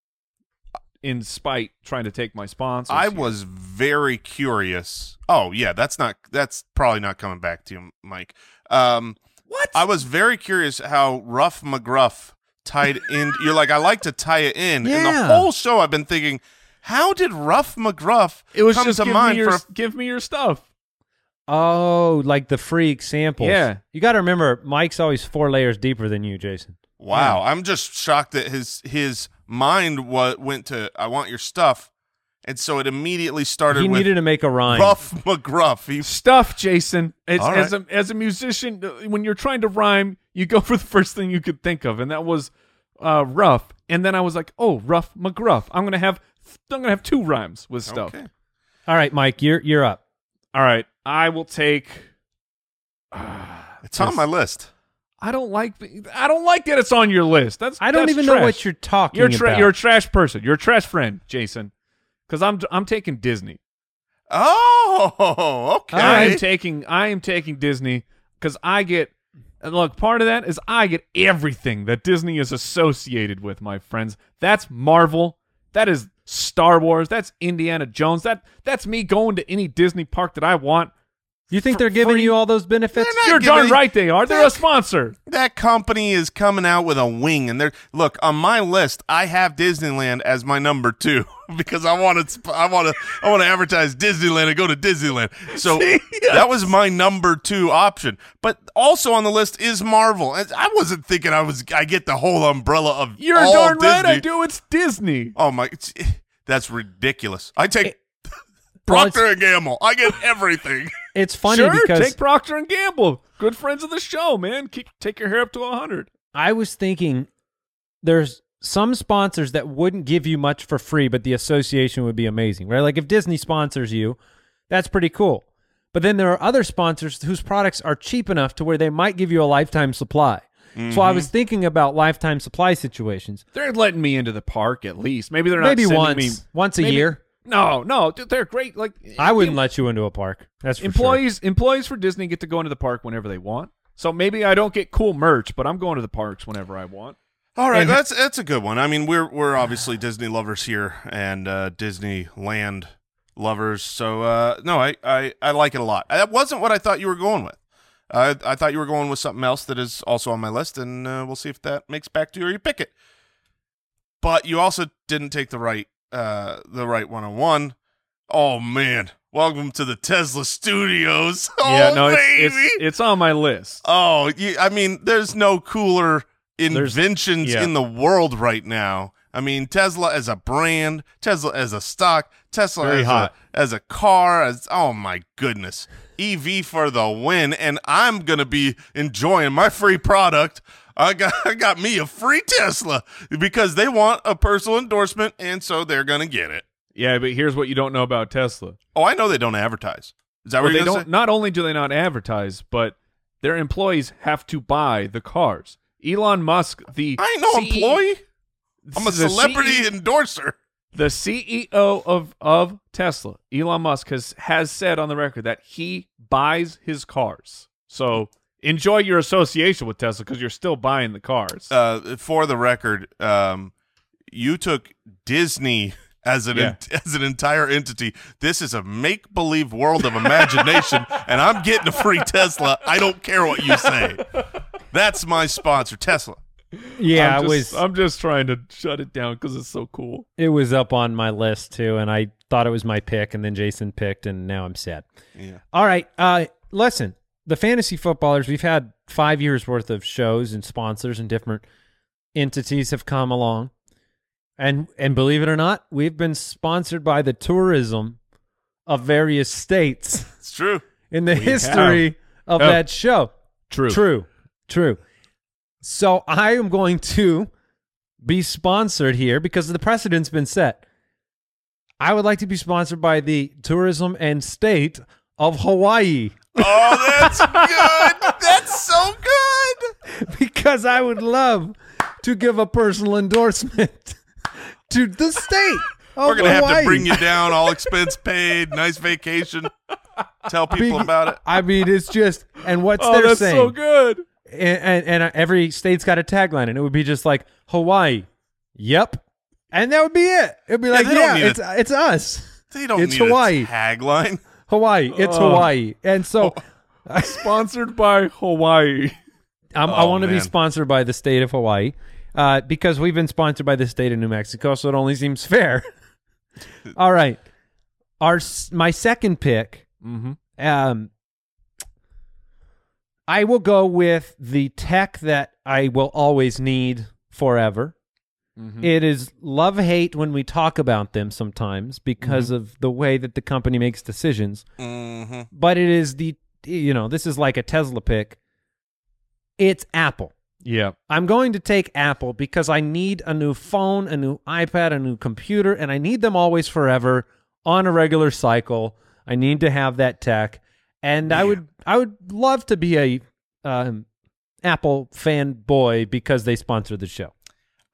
Speaker 1: uh, in spite trying to take my sponsors.
Speaker 3: I
Speaker 1: here.
Speaker 3: was very curious. Oh yeah, that's not that's probably not coming back to you, Mike. Um,
Speaker 1: what?
Speaker 3: I was very curious how Ruff McGruff
Speaker 1: (laughs)
Speaker 3: tied in. you're like, I like to tie it in. And the
Speaker 4: Yeah.
Speaker 3: whole show, I've been thinking, how did Ruff McGruff
Speaker 1: it was
Speaker 3: come
Speaker 1: just
Speaker 3: to
Speaker 1: give
Speaker 3: mind
Speaker 1: me your
Speaker 3: for?
Speaker 1: give me your stuff.
Speaker 4: Oh, like the freak samples.
Speaker 1: Yeah.
Speaker 4: You got to remember, Mike's always four layers deeper than you, Jason.
Speaker 3: Wow, I'm just shocked that his his mind wa- went to I want your stuff, and so it immediately started
Speaker 4: He
Speaker 3: with
Speaker 4: needed to make a rhyme.
Speaker 3: Ruff McGruff. He
Speaker 1: Stuff, Jason. As,
Speaker 3: All right.
Speaker 1: as a as a musician, uh, when you're trying to rhyme, you go (laughs) for the first thing you could think of, and that was uh, rough. And then I was like, oh, rough McGruff. I'm gonna have I'm gonna have two rhymes with stuff.
Speaker 3: Okay.
Speaker 4: All right, Mike, you're you're up.
Speaker 1: All right, I will take.
Speaker 3: It's on my list.
Speaker 1: I don't like I don't like that it's on your list. That's
Speaker 4: I don't
Speaker 1: that's
Speaker 4: even know
Speaker 1: trash.
Speaker 4: what you're talking
Speaker 1: You're tra-
Speaker 4: about.
Speaker 1: you're a trash person. You're a trash friend, Jason. Because I'm I'm taking Disney.
Speaker 3: Oh, (laughs) okay.
Speaker 1: I am taking I am taking Disney because I get and look part of that is I get everything that Disney is associated with, my friends. That's Marvel. That is Star Wars. That's Indiana Jones. That that's me going to any Disney park that I want.
Speaker 4: you think they're giving
Speaker 1: free-
Speaker 4: you all those benefits?
Speaker 3: They're not
Speaker 1: You're
Speaker 3: giving
Speaker 1: darn
Speaker 3: me-
Speaker 1: right they are. They're a
Speaker 3: That-
Speaker 1: sponsor.
Speaker 3: that company is coming out with a wing and they're look on my list i have disneyland as my number two (laughs) because i want to i want to i want to advertise disneyland and go to disneyland
Speaker 1: (laughs)
Speaker 3: so that was my number two option but also on the list is marvel And i wasn't thinking i was i get the whole umbrella of
Speaker 1: You're
Speaker 3: all
Speaker 1: darn right I
Speaker 3: Disney.
Speaker 1: do. It's Disney.
Speaker 3: oh my it's- (sighs) that's ridiculous i take procter and gamble i get everything
Speaker 4: It's funny
Speaker 1: sure,
Speaker 4: because
Speaker 1: take Procter and Gamble. Good friends of the show, man. Keep, take your hair up to 100.
Speaker 4: I was thinking there's some sponsors that wouldn't give you much for free, but the association would be amazing, right? Like if Disney sponsors you, that's pretty cool. But then there are other sponsors whose products are cheap enough to where they might give you a lifetime supply. So
Speaker 1: Mm-hmm.
Speaker 4: I was thinking about lifetime supply situations.
Speaker 1: They're letting me into the park at least. Maybe they're
Speaker 4: Maybe
Speaker 1: not sending
Speaker 4: once,
Speaker 1: me
Speaker 4: once a
Speaker 1: maybe-
Speaker 4: year.
Speaker 1: No, no, dude, they're great. Like
Speaker 4: I wouldn't let you into a park. That's for sure.
Speaker 1: employees employees for Disney get to go into the park whenever they want. So maybe I don't get cool merch, but I'm going to the parks whenever I want.
Speaker 3: All right,
Speaker 4: And-
Speaker 3: that's that's a good one. I mean,
Speaker 1: (sighs)
Speaker 3: we're we're obviously Disney lovers here and uh, Disneyland lovers. So uh, no, I, I I like it a lot. That wasn't what I thought you were going with. I I thought you were going with something else that is also on my list, and uh, we'll see if that makes back to you or you pick it. But you also didn't take the right uh, the right one on one. Oh man, welcome to the Tesla Studios. (laughs) Oh,
Speaker 1: yeah, no,
Speaker 3: baby.
Speaker 1: it's, it's it's on my list.
Speaker 3: Oh, you, I mean, there's no cooler inventions
Speaker 1: yeah.
Speaker 3: in the world right now. I mean, Tesla as a brand, Tesla as a stock, Tesla
Speaker 1: Very
Speaker 3: as,
Speaker 1: hot.
Speaker 3: A, as a car, as oh my goodness, EV for the win, and I'm gonna be enjoying my free product. I got (laughs) I got me a free Tesla because they want a personal endorsement, and so they're gonna get it.
Speaker 1: Yeah, but here's what you don't know about Tesla.
Speaker 3: Oh, I know they don't advertise. Is that what
Speaker 1: Well,
Speaker 3: you're
Speaker 1: they
Speaker 3: gonna
Speaker 1: don't
Speaker 3: say?
Speaker 1: not only do they not advertise, but their employees have to buy the cars. Elon Musk, the
Speaker 3: I ain't no
Speaker 1: CEO
Speaker 3: employee. I'm a
Speaker 1: the E
Speaker 3: celebrity
Speaker 1: CEO
Speaker 3: endorser.
Speaker 1: The CEO of, of Tesla, Elon Musk, has, has said on the record that he buys his cars. So enjoy your association with Tesla because you're still buying the cars.
Speaker 3: uh, for the record, um, you took Disney (laughs) as an
Speaker 1: Yeah.
Speaker 3: as an entire entity. This is a make believe world of (laughs) imagination, and I'm getting a free Tesla. I don't care what you say. That's my sponsor, Tesla.
Speaker 4: Yeah,
Speaker 1: I'm
Speaker 4: it
Speaker 1: just,
Speaker 4: was
Speaker 1: I'm just trying to shut it down because it's so cool.
Speaker 4: it was up on my list too, and I thought it was my pick, and then Jason picked, and now I'm sad.
Speaker 3: Yeah.
Speaker 4: All right. Uh, listen, the fantasy footballers, we've had five years worth of shows and sponsors and different entities have come along. And and believe it or not, we've been sponsored by the tourism of various states (laughs)
Speaker 3: It's true.
Speaker 4: in the history of
Speaker 1: Oh.
Speaker 4: that show.
Speaker 1: True.
Speaker 4: True. True. So I am going to be sponsored here because the precedent's been set. I would like to be sponsored by the tourism and state of Hawaii
Speaker 3: Oh, that's good. That's so good.
Speaker 4: (laughs) because I would love to give a personal endorsement (laughs) to the state. Of
Speaker 3: We're gonna have to
Speaker 4: Hawaii.
Speaker 3: bring you down, all expense paid, nice vacation. Tell people about it.
Speaker 4: I mean, it's just and what's
Speaker 1: Oh,
Speaker 4: they're
Speaker 1: that's
Speaker 4: saying.
Speaker 1: so good.
Speaker 4: and, and, and every state's got a tagline, and it would be just like Hawaii. Yep, and that would be it. It'd be like,
Speaker 3: they don't
Speaker 4: yeah,
Speaker 3: need
Speaker 4: it's it's us,
Speaker 3: They don't
Speaker 4: It's
Speaker 3: need
Speaker 4: Hawaii.
Speaker 3: a tagline.
Speaker 4: Hawaii. It's
Speaker 1: Oh.
Speaker 4: Hawaii, and so
Speaker 3: Oh.
Speaker 4: (laughs)
Speaker 1: Sponsored by Hawaii.
Speaker 4: I'm, I
Speaker 3: Oh,
Speaker 4: want to be
Speaker 3: man.
Speaker 4: sponsored by the state of Hawaii uh, because we've been sponsored by the state of New Mexico, so it only
Speaker 3: (laughs)
Speaker 4: seems fair. All right, our s- my second pick.
Speaker 3: Mm-hmm.
Speaker 1: Mhm.
Speaker 4: Um, I will go with the tech that I will always need forever.
Speaker 3: Mm-hmm.
Speaker 4: It is love hate when we talk about them sometimes because
Speaker 3: Mm-hmm.
Speaker 4: of the way that the company makes decisions.
Speaker 3: Mhm.
Speaker 4: But it is the you know this is like a Tesla pick. It's Apple.
Speaker 1: Yeah.
Speaker 4: I'm going to take Apple because I need a new phone, a new iPad, a new computer, and I need them always forever on a regular cycle. I need to have that tech, and I would I would love to be a um, Apple fanboy because they sponsor the show.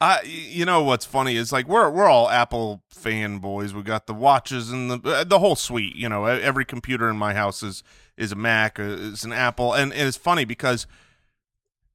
Speaker 3: I, you know what's funny is like we're we're all Apple fanboys. We got the watches and the uh, the whole suite. You know, e- every computer in my house is is a Mac, uh, is an Apple, and it's funny because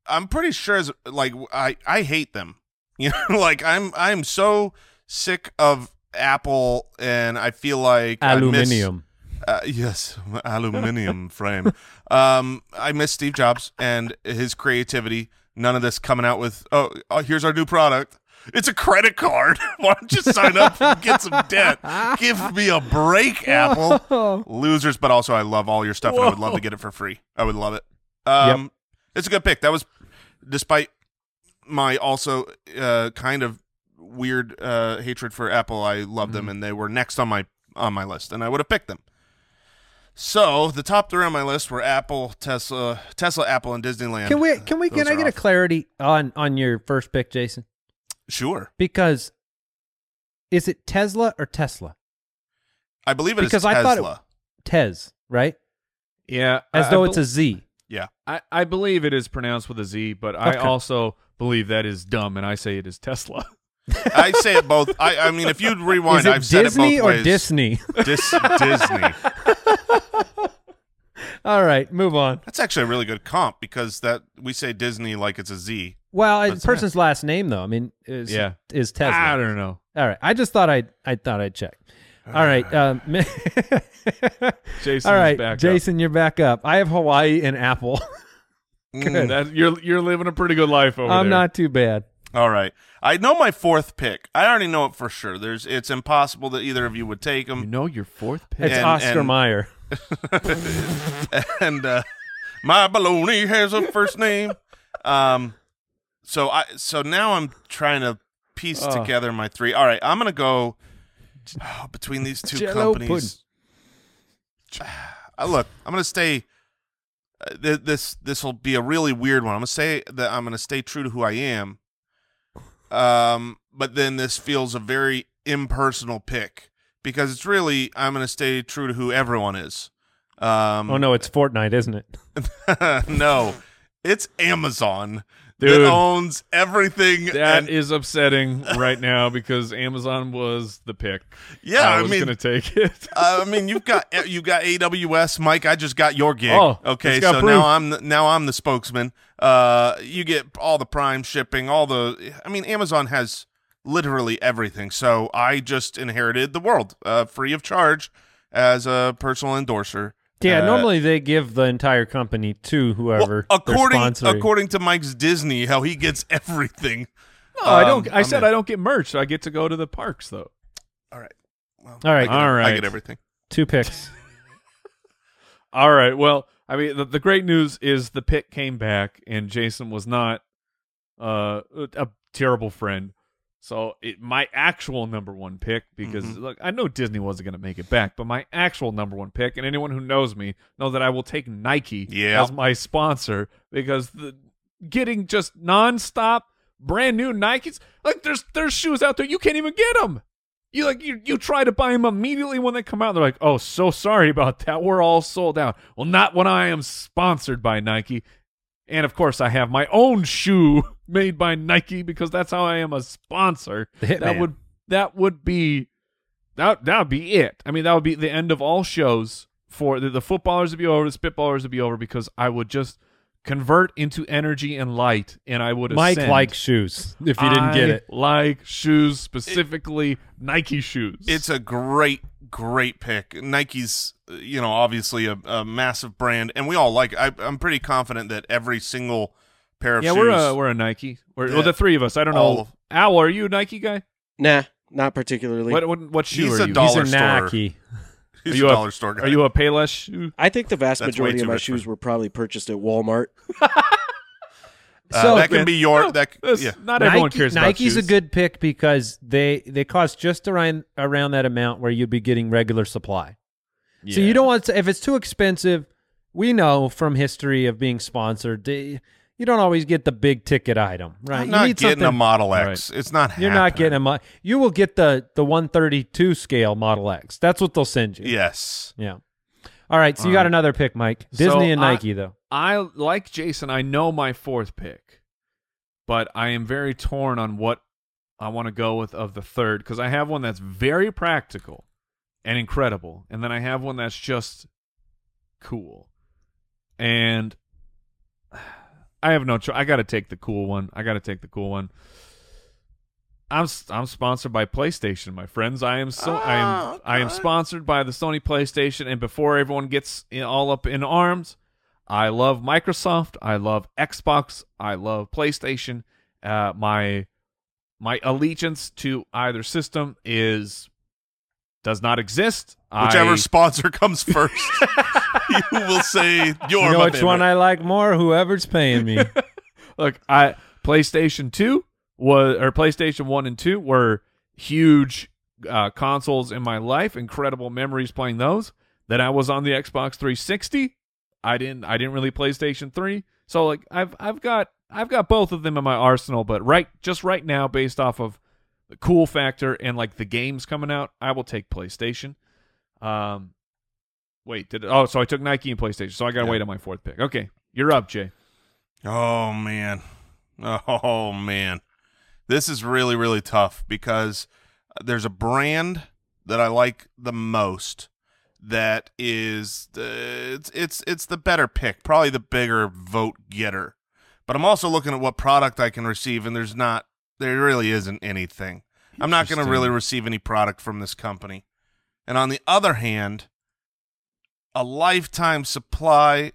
Speaker 3: I'm pretty sure as like I I hate them. (laughs) You know, like I'm I'm so sick of Apple, and I feel like I miss-
Speaker 4: Aluminium.
Speaker 3: uh, yes, aluminium (laughs) frame. Um, I miss Steve Jobs and his creativity. None of this coming out with oh, oh here's our new product. It's a credit card. (laughs) Why don't you sign up and get some debt? Give me a break, Apple. Losers, but also I love all your stuff and I would love to get it for free. I would love it. Um, It's a good pick. That was, despite my also uh, kind of weird uh, hatred for Apple, I love
Speaker 4: Mm-hmm.
Speaker 3: them and they were next on my on my list and I would have picked them. So the top three on my list were Apple, Tesla, Tesla, Apple, and Disneyland.
Speaker 4: Can we can we
Speaker 3: Those
Speaker 4: can I
Speaker 3: are
Speaker 4: get a
Speaker 3: off.
Speaker 4: clarity on on your first pick, Jason?
Speaker 3: Sure,
Speaker 4: Because is it Tesla or Tesla?
Speaker 3: I believe it is
Speaker 4: Because I
Speaker 3: Tesla.
Speaker 4: thought it- Tez, right?
Speaker 1: Yeah.
Speaker 4: As though it's a Z.
Speaker 3: yeah,
Speaker 1: I, I believe it is pronounced with a Z, but I
Speaker 4: Okay.
Speaker 1: also believe that is dumb, and I say it is Tesla.
Speaker 3: I say it both. I, I mean, if
Speaker 4: (laughs)
Speaker 3: you rewind,
Speaker 4: is it
Speaker 3: I've
Speaker 4: Disney
Speaker 3: said it both
Speaker 4: or
Speaker 3: ways.
Speaker 4: Disney? (laughs)
Speaker 3: Dis- Disney.
Speaker 4: All right, move on.
Speaker 3: That's actually a really good comp because that we say Disney like it's a Z.
Speaker 4: Well, a
Speaker 3: That's
Speaker 4: person's last name though. I mean, is
Speaker 1: Yeah.
Speaker 4: is
Speaker 1: (laughs)
Speaker 4: Tesla.
Speaker 1: I don't know.
Speaker 4: All right, I just thought I I thought I'd check. All right,
Speaker 3: Ah.
Speaker 4: um, (laughs)
Speaker 1: Jason's
Speaker 4: all right,
Speaker 1: back up.
Speaker 4: Jason, you're back up. I have Hawaii and (laughs) Apple.
Speaker 3: Mm.
Speaker 1: That, you're you're living a pretty good life over
Speaker 4: I'm
Speaker 1: there.
Speaker 4: not too bad.
Speaker 3: All right, I know my fourth pick. I already know it for sure. There's, it's impossible that either of you would take
Speaker 1: You (laughs)
Speaker 3: them.
Speaker 1: know your fourth pick.
Speaker 4: It's
Speaker 3: And-
Speaker 4: Oscar
Speaker 3: and-
Speaker 4: Meyer.
Speaker 3: and uh, my baloney has a first name. Um, so I so now I'm trying to piece together my three. All right, I'm gonna go oh, (sighs) between these two
Speaker 4: Jell-O
Speaker 3: companies. Uh, look, I'm gonna stay. Uh, th- this this will be a really weird one. I'm gonna say that I'm gonna stay true to who I am. Um, but then this feels a very impersonal pick because it's really I'm gonna stay true to who everyone is. Um,
Speaker 4: Oh no, it's Fortnite, isn't
Speaker 3: (laughs)
Speaker 4: it?
Speaker 3: no, it's Amazon
Speaker 1: Dude.
Speaker 3: that owns everything.
Speaker 1: That
Speaker 3: and-
Speaker 1: is upsetting right now because Amazon was the pick.
Speaker 3: yeah,
Speaker 1: I
Speaker 3: I,
Speaker 1: was
Speaker 3: mean,
Speaker 1: gonna take it.
Speaker 3: uh, I mean, you've got you got AWS, Mike. I just got your gig.
Speaker 1: Oh,
Speaker 3: okay,
Speaker 1: it's got
Speaker 3: so
Speaker 1: proof.
Speaker 3: now I'm the, now I'm the spokesman. Uh, you get all the Prime shipping, all the. I mean, Amazon has literally everything. So I just inherited the world, uh, free of charge, as a personal endorser.
Speaker 4: Yeah,
Speaker 3: Uh,
Speaker 4: normally they give the entire company to whoever
Speaker 3: well,
Speaker 4: they're
Speaker 3: according
Speaker 4: sponsoring.
Speaker 3: according to Mike's Disney, how he gets (laughs) everything.
Speaker 1: (laughs) No, I don't.
Speaker 3: Um,
Speaker 1: I
Speaker 3: I'm
Speaker 1: said
Speaker 3: in.
Speaker 1: I don't get merch. So I get to go to the parks though.
Speaker 4: All right,
Speaker 3: I get- I
Speaker 1: right.
Speaker 3: get everything.
Speaker 4: two (laughs) picks.
Speaker 1: All right. Well, I mean, the, the great news is the pick came back, and Jason was not uh, a terrible friend. So it, my actual number one pick, because look, I know Disney wasn't going to make it back, but my actual number one pick, and anyone who knows me know that I will take Nike
Speaker 3: Yeah.
Speaker 1: as my sponsor because the getting just nonstop brand new Nikes, like there's there's shoes out there you can't even get them. You like you you try to buy them immediately when they come out. They're like, oh, so sorry about that. We're all sold out. Well, not when I am sponsored by Nike. And of course, I have my own shoe (laughs) made by Nike because that's how I am a sponsor.
Speaker 4: The Hitman.
Speaker 1: That would that would be that that would be it. I mean, that would be the end of all shows for the, the footballers would be over, the spitballers would be over because I would just convert into energy and light, and I would.
Speaker 4: Mike
Speaker 1: ascend.
Speaker 4: likes shoes. If you didn't get
Speaker 1: I
Speaker 4: it,
Speaker 1: like shoes specifically Nike shoes.
Speaker 3: It's a great, great pick. Nike's, you know, obviously a, a massive brand, and we all like. I, I'm pretty confident that every single pair of
Speaker 1: yeah,
Speaker 3: shoes.
Speaker 1: we're
Speaker 4: uh,
Speaker 1: a we're a Nike. We're, Well,
Speaker 3: Yeah.
Speaker 1: the three of us. I don't
Speaker 3: All
Speaker 1: know.
Speaker 3: of-
Speaker 1: Al, are you a Nike guy?
Speaker 5: Nah, not particularly.
Speaker 1: What what, what shoe
Speaker 3: He's
Speaker 1: are
Speaker 3: a
Speaker 1: you?
Speaker 3: dog. Dollar
Speaker 4: he's a
Speaker 3: store.
Speaker 4: Nike.
Speaker 3: he's
Speaker 1: are you
Speaker 3: a dollar store guy.
Speaker 1: Are you a Payless shoe?
Speaker 5: I think the vast
Speaker 3: That's way
Speaker 5: majority
Speaker 3: too
Speaker 5: of my
Speaker 3: rich for-
Speaker 5: shoes were probably purchased at Walmart.
Speaker 3: Uh,
Speaker 4: So-
Speaker 3: that can be your. That c-
Speaker 1: That's-
Speaker 3: yeah.
Speaker 1: Not everyone
Speaker 4: Nike-
Speaker 1: cares.
Speaker 4: Nike's
Speaker 1: about
Speaker 4: a
Speaker 1: shoes.
Speaker 4: good pick because they they cost just around around that amount where you'd be getting regular supply. So you don't want to, if it's too expensive. We know from history of being sponsored, they- you don't always get the big ticket item, right?
Speaker 3: I'm
Speaker 4: You
Speaker 3: not
Speaker 4: need
Speaker 3: getting a
Speaker 4: something-
Speaker 3: Model X. It's not.
Speaker 4: You're not getting a
Speaker 3: happening.
Speaker 4: mo- you will get the the 132 scale Model X. That's what they'll send you.
Speaker 3: Yes.
Speaker 4: Yeah. All right, so you
Speaker 1: All
Speaker 4: got
Speaker 1: right.
Speaker 4: another pick, Mike.
Speaker 1: So
Speaker 4: Disney and
Speaker 1: I-
Speaker 4: Nike though.
Speaker 1: I like Jason. I know my fourth pick, but I am very torn on what I want to go with of the third because I have one that's very practical and incredible, and then I have one that's just cool. And (sighs) I have no choice. I got to take the cool one. I got to take the cool one. I'm s- I'm sponsored by PlayStation, my friends. I am so I am
Speaker 3: Ah,
Speaker 1: I am
Speaker 3: okay.
Speaker 1: sponsored by the Sony PlayStation. And before everyone gets in, all up in arms, I love Microsoft. I love Xbox. I love PlayStation. Uh, my my allegiance to either system is does not exist.
Speaker 3: Whichever
Speaker 1: I,
Speaker 3: sponsor comes first,
Speaker 4: (laughs)
Speaker 3: you will say you're
Speaker 4: You know
Speaker 3: my
Speaker 4: which one
Speaker 3: favorite.
Speaker 4: I like more? Whoever's
Speaker 3: (laughs)
Speaker 4: paying me.
Speaker 1: Look, I PlayStation Two was or PlayStation One and Two were huge uh, consoles in my life. Incredible memories playing those. Then I was on the Xbox 360. I didn't. I didn't really PlayStation Three. So like I've I've got I've got both of them in my arsenal. But right just right now, based off of the cool factor and like the games coming out, I will take PlayStation. Um, wait, did oh so I took Nike and PlayStation. So I got to wait on my fourth pick. Okay, you're up, Jay.
Speaker 3: Oh man. Oh man. This is really really tough because there's a brand that I like the most that is the it's it's it's the better pick, probably the bigger vote getter. But I'm also looking at what product I can receive and there's not there really isn't anything. I'm not going to
Speaker 1: Interesting.
Speaker 3: really receive any product from this company. And on the other hand, a lifetime supply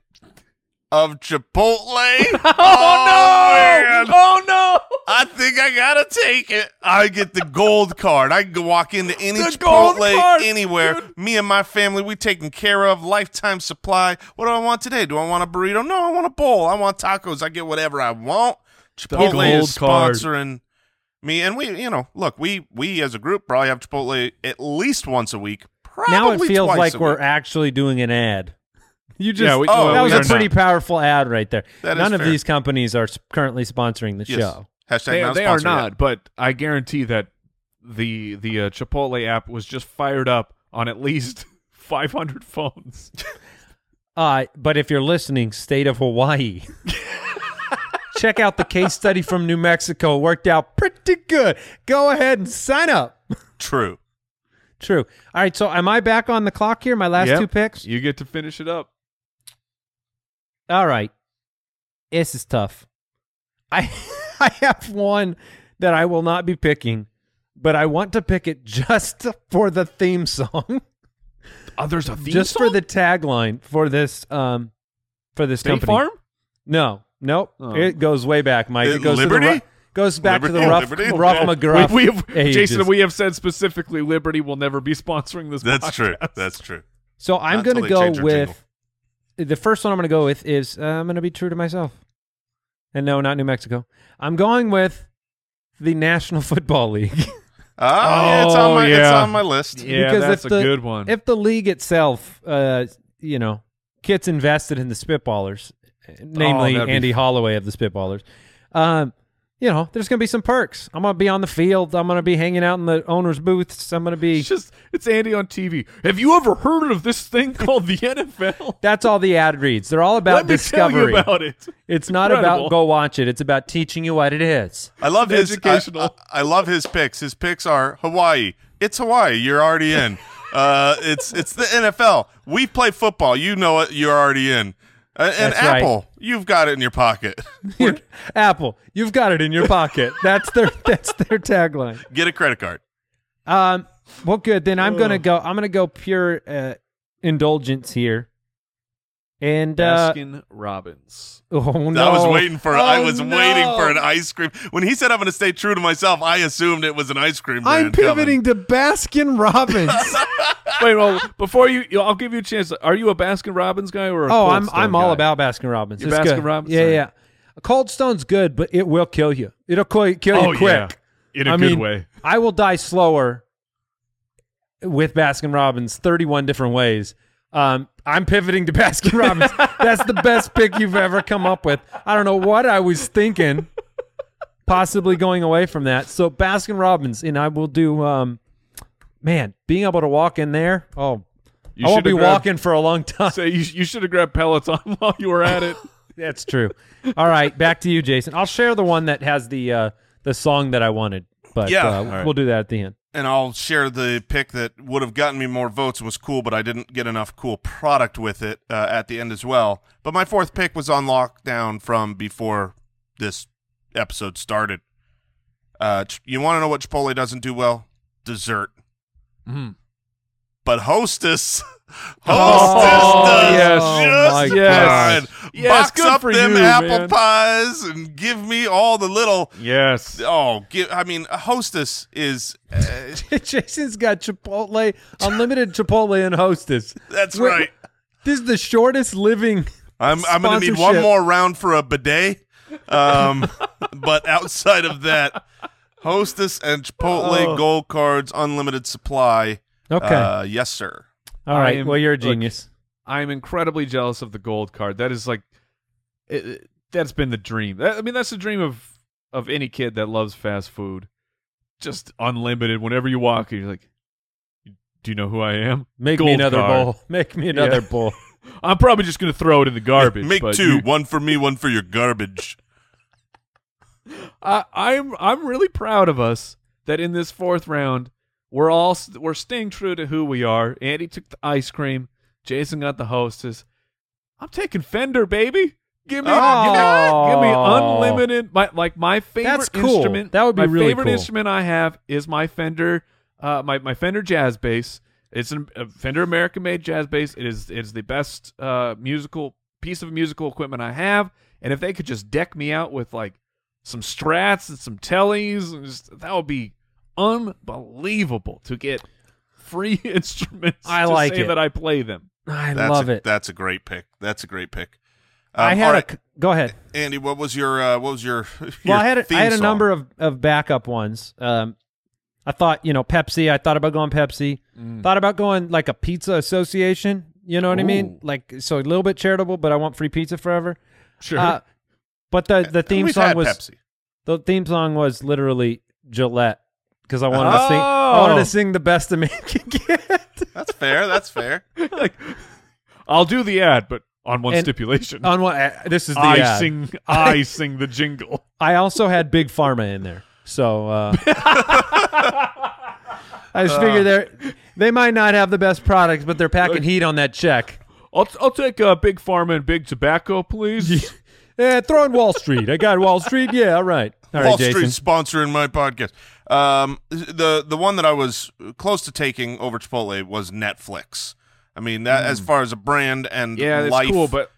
Speaker 1: (laughs)
Speaker 3: of Chipotle. oh,
Speaker 1: no! Oh no!
Speaker 3: I think I gotta take it. I get the gold card. I can go walk into any
Speaker 1: The gold
Speaker 3: Chipotle
Speaker 1: card,
Speaker 3: anywhere. Me and my family, we taken care of. Lifetime supply. What do I want today? Do I want a burrito? No, I want a bowl. I want tacos. I get whatever I want. Chipotle
Speaker 1: gold
Speaker 3: is
Speaker 1: card.
Speaker 3: sponsoring me, and we, you know, look, we we as a group probably have Chipotle at least once a week. Probably
Speaker 4: now it feels
Speaker 3: twice
Speaker 4: like
Speaker 3: a
Speaker 4: we're
Speaker 3: week.
Speaker 4: actually doing an ad. You just
Speaker 1: Yeah, we-
Speaker 3: Oh, well,
Speaker 4: that
Speaker 3: we
Speaker 4: was
Speaker 3: are
Speaker 4: a pretty
Speaker 1: not.
Speaker 4: powerful ad right there.
Speaker 3: That is
Speaker 4: None of
Speaker 3: fair.
Speaker 4: these companies are s- currently sponsoring the
Speaker 3: Yes.
Speaker 4: show.
Speaker 3: Hashtag
Speaker 1: They,
Speaker 3: not
Speaker 1: they are
Speaker 3: sponsored yet.
Speaker 1: not, but I guarantee that the the uh, Chipotle app was just fired up on at least (laughs) 500 phones.
Speaker 4: Uh, but if you're listening, state
Speaker 1: (laughs)
Speaker 4: of Hawaii. Check out the case study from New Mexico. Worked out pretty good. Go ahead and sign up.
Speaker 3: True.
Speaker 4: True. All right. So, am I back on the clock here? My last
Speaker 1: Yep.
Speaker 4: two picks?
Speaker 1: You get to finish it up.
Speaker 4: All right. This is tough. I (laughs) I have one that I will not be picking, but I want to pick it just for the theme song, (laughs)
Speaker 1: Oh, there's a theme
Speaker 4: just for
Speaker 1: song?
Speaker 4: the tagline for this um for this
Speaker 1: State
Speaker 4: company.
Speaker 1: Farm.
Speaker 4: No, nope.
Speaker 1: Oh.
Speaker 4: It goes way back, Mike.
Speaker 3: Uh,
Speaker 4: It goes
Speaker 3: Liberty?
Speaker 4: To the ru- goes back to the rough,
Speaker 3: Liberty? Liberty?
Speaker 4: rough McGruff.
Speaker 1: we, we have,
Speaker 4: ages.
Speaker 1: Jason, we have said specifically Liberty will never be sponsoring this.
Speaker 3: That's
Speaker 1: podcast. (laughs)
Speaker 3: true. That's true.
Speaker 4: so I'm
Speaker 3: Not
Speaker 4: going
Speaker 3: till they
Speaker 4: to go
Speaker 3: change your
Speaker 4: with the first one. I'm going to go with is uh, I'm going to be true to myself, and no, not New Mexico. I'm going with the National (laughs) Football League.
Speaker 3: Oh, yeah, it's on
Speaker 1: Oh,
Speaker 3: my it's
Speaker 1: yeah.
Speaker 3: on my list.
Speaker 1: Yeah, that's a
Speaker 4: the,
Speaker 1: good one.
Speaker 4: If the league itself, uh, you know, gets invested in the Spitballers, namely
Speaker 1: Oh, that'd be-
Speaker 4: Andy Holloway of the Spitballers, um, you know, there's going to be some perks. I'm going to be on the field. I'm going to be hanging out in the owner's booths. I'm going to be.
Speaker 1: It's just it's Andy on TV. Have you ever heard of this thing (laughs) called the NFL?
Speaker 4: That's all the ad reads. They're all about
Speaker 1: Let me tell
Speaker 4: discovery.
Speaker 1: you about it.
Speaker 4: It's not
Speaker 1: Incredible.
Speaker 4: about go watch it. It's about teaching you what it is.
Speaker 3: I love his
Speaker 1: Educational.
Speaker 3: I, I, I love his picks. His picks are Hawaii. It's Hawaii. You're already in.
Speaker 4: (laughs)
Speaker 3: Uh, it's it's the NFL. We play football. You know it. You're already in. Uh, and
Speaker 4: That's right.
Speaker 3: Apple, you've got it in your pocket. (laughs)
Speaker 4: Apple, you've got it in your pocket. (laughs) That's their that's their tagline.
Speaker 3: Get a credit card.
Speaker 4: Um, well, good. Then I'm gonna go. I'm gonna go pure uh, indulgence here. And uh,
Speaker 1: Baskin Robbins.
Speaker 4: oh no,
Speaker 3: I was waiting for. I
Speaker 4: Oh,
Speaker 3: was waiting
Speaker 4: no.
Speaker 3: for an ice cream. When he said I'm going to stay true to myself, I assumed it was an ice cream.
Speaker 7: I'm
Speaker 3: brand coming.
Speaker 7: pivoting to Baskin
Speaker 3: (laughs)
Speaker 4: (laughs)
Speaker 7: Robbins.
Speaker 4: Oh,
Speaker 1: Wait, well, before you, I'll give you a chance. Are you a Baskin Robbins guy or? A
Speaker 4: Oh,
Speaker 1: Cold
Speaker 4: I'm
Speaker 1: Stone
Speaker 4: I'm all
Speaker 1: guy?
Speaker 4: about Baskin Robbins.
Speaker 1: You're
Speaker 4: It's
Speaker 1: Baskin
Speaker 4: good.
Speaker 1: Robbins?
Speaker 4: Yeah,
Speaker 1: Sorry.
Speaker 4: yeah. Cold Stone's good, but it will kill you. It'll kill, kill
Speaker 1: Oh,
Speaker 4: you quick.
Speaker 1: yeah. in a
Speaker 4: I
Speaker 1: good
Speaker 4: mean,
Speaker 1: way.
Speaker 4: I will die slower with Baskin Robbins 31 different ways. Um, I'm pivoting to (laughs) Baskin Robbins. That's the best pick you've ever come up with. I don't know what I was thinking, possibly going away from that. So Baskin Robbins, and I will do. Um, man, being able to walk in there, oh,
Speaker 1: You
Speaker 4: I won't
Speaker 1: should
Speaker 4: be
Speaker 1: have grabbed-
Speaker 4: walking for a long time.
Speaker 1: Say you, you should have grabbed Peloton (laughs) while you were at it.
Speaker 4: (laughs) That's true. All right, back to you, Jason. I'll share the one that has the uh, the song that I wanted, but
Speaker 3: Yeah.
Speaker 4: uh,
Speaker 3: All right.
Speaker 4: we'll do that at the end.
Speaker 3: and I'll share the pick that would have gotten me more votes and was cool, but I didn't get enough cool product with it uh, at the end as well. But my fourth pick was on lockdown from before this episode started. Uh, ch- you want to know what Chipotle doesn't do well? Dessert. But Hostess, (laughs) Hostess
Speaker 1: Oh,
Speaker 3: does
Speaker 1: yes.
Speaker 4: Oh, my
Speaker 3: just
Speaker 1: gosh.
Speaker 3: fine.
Speaker 1: Yes,
Speaker 3: Box
Speaker 1: good
Speaker 3: up
Speaker 1: for
Speaker 3: them
Speaker 1: you,
Speaker 3: apple
Speaker 1: man.
Speaker 3: pies and give me all the little.
Speaker 1: Yes.
Speaker 3: Oh, give, I mean, Hostess is. Uh,
Speaker 4: (laughs) Jason's got Chipotle, unlimited Chipotle and Hostess.
Speaker 3: that's
Speaker 4: Wait,
Speaker 3: right.
Speaker 4: This is the shortest living.
Speaker 3: I'm I'm gonna need one
Speaker 4: Sponsorship.
Speaker 3: more round for a bidet. Um, (laughs) but outside of that, Hostess and Chipotle gold cards, unlimited supply.
Speaker 4: Oh. Okay.
Speaker 3: Uh, yes, sir.
Speaker 4: All right.
Speaker 1: I am-
Speaker 4: well, you're a
Speaker 1: look,
Speaker 4: genius.
Speaker 1: I'm incredibly jealous of the gold card. That is like, it, it- that's been the dream. That, I mean, that's the dream of of any kid that loves fast food. Just unlimited. Whenever you walk, in, you're like, "Do you know who I am?
Speaker 4: Make me
Speaker 1: Gold
Speaker 4: another
Speaker 1: card.
Speaker 4: bowl. (laughs) Make me another
Speaker 1: Yeah.
Speaker 3: (laughs)
Speaker 4: bowl.
Speaker 1: I'm probably just gonna throw it in the garbage.
Speaker 3: Make
Speaker 1: but
Speaker 3: two,
Speaker 1: you-
Speaker 3: one for me, one for your garbage.
Speaker 1: I, I'm I'm really proud of us that in this fourth round we're all s- we're staying true to who we are. Andy took the ice cream. Jason got the hostess. I'm taking Fender, baby. Give me, give me, give me
Speaker 4: Oh.
Speaker 1: unlimited. My like my favorite
Speaker 4: That's cool.
Speaker 1: instrument.
Speaker 4: That would be
Speaker 1: my
Speaker 4: really
Speaker 1: favorite
Speaker 4: cool.
Speaker 1: instrument I have is my Fender, uh, my my Fender jazz bass. It's an, a Fender American made jazz bass. It is it is the best uh, musical piece of musical equipment I have. And if they could just deck me out with like some strats and some tellies. And just, that would be unbelievable to get free (laughs) instruments.
Speaker 4: I
Speaker 1: to
Speaker 4: like
Speaker 1: say
Speaker 4: it.
Speaker 1: that I play them.
Speaker 4: I
Speaker 3: That's
Speaker 4: love
Speaker 3: a,
Speaker 4: it.
Speaker 3: That's a great pick. That's a great pick. Um,
Speaker 4: I
Speaker 3: all
Speaker 4: had
Speaker 3: right,
Speaker 4: a. Go ahead.
Speaker 3: Andy. What was your uh, what was your? (laughs) your
Speaker 4: well, I had a,
Speaker 3: theme
Speaker 4: I had a
Speaker 3: song?
Speaker 4: number of, of backup ones. Um, I thought you know Pepsi. I thought about going Pepsi.
Speaker 3: Mm.
Speaker 4: Thought about going like a pizza association. You know what I mean? Like so a little bit charitable, but I want free pizza forever.
Speaker 1: Sure.
Speaker 4: Uh, but the the
Speaker 3: And
Speaker 4: theme
Speaker 3: we've
Speaker 4: song
Speaker 3: had
Speaker 4: was
Speaker 3: Pepsi.
Speaker 4: the theme song was literally Gillette because I wanted to sing. I wanted
Speaker 1: Oh.
Speaker 4: to sing the best a man (laughs) can get
Speaker 3: That's fair. That's fair.
Speaker 1: like, I'll do the ad, but on one
Speaker 4: And-
Speaker 1: stipulation.
Speaker 4: on what uh, this is the
Speaker 1: I
Speaker 4: ad.
Speaker 1: sing.
Speaker 4: (laughs)
Speaker 1: I sing the jingle.
Speaker 4: I also had Big Pharma in there, so (laughs) uh, I just figure they they might not have the best products, but they're packing heat on that check.
Speaker 1: I'll I'll take uh, big pharma and big tobacco, please.
Speaker 4: Eh, throw in Wall Street. I got Wall Street. Yeah, all right, all right,
Speaker 3: Wall
Speaker 4: Jason.
Speaker 3: Street sponsoring my podcast. Um, the the one that I was close to taking over Chipotle was Netflix. I mean, that
Speaker 4: Mm.
Speaker 3: as far as a brand and
Speaker 1: yeah, that's
Speaker 3: life,
Speaker 1: cool. But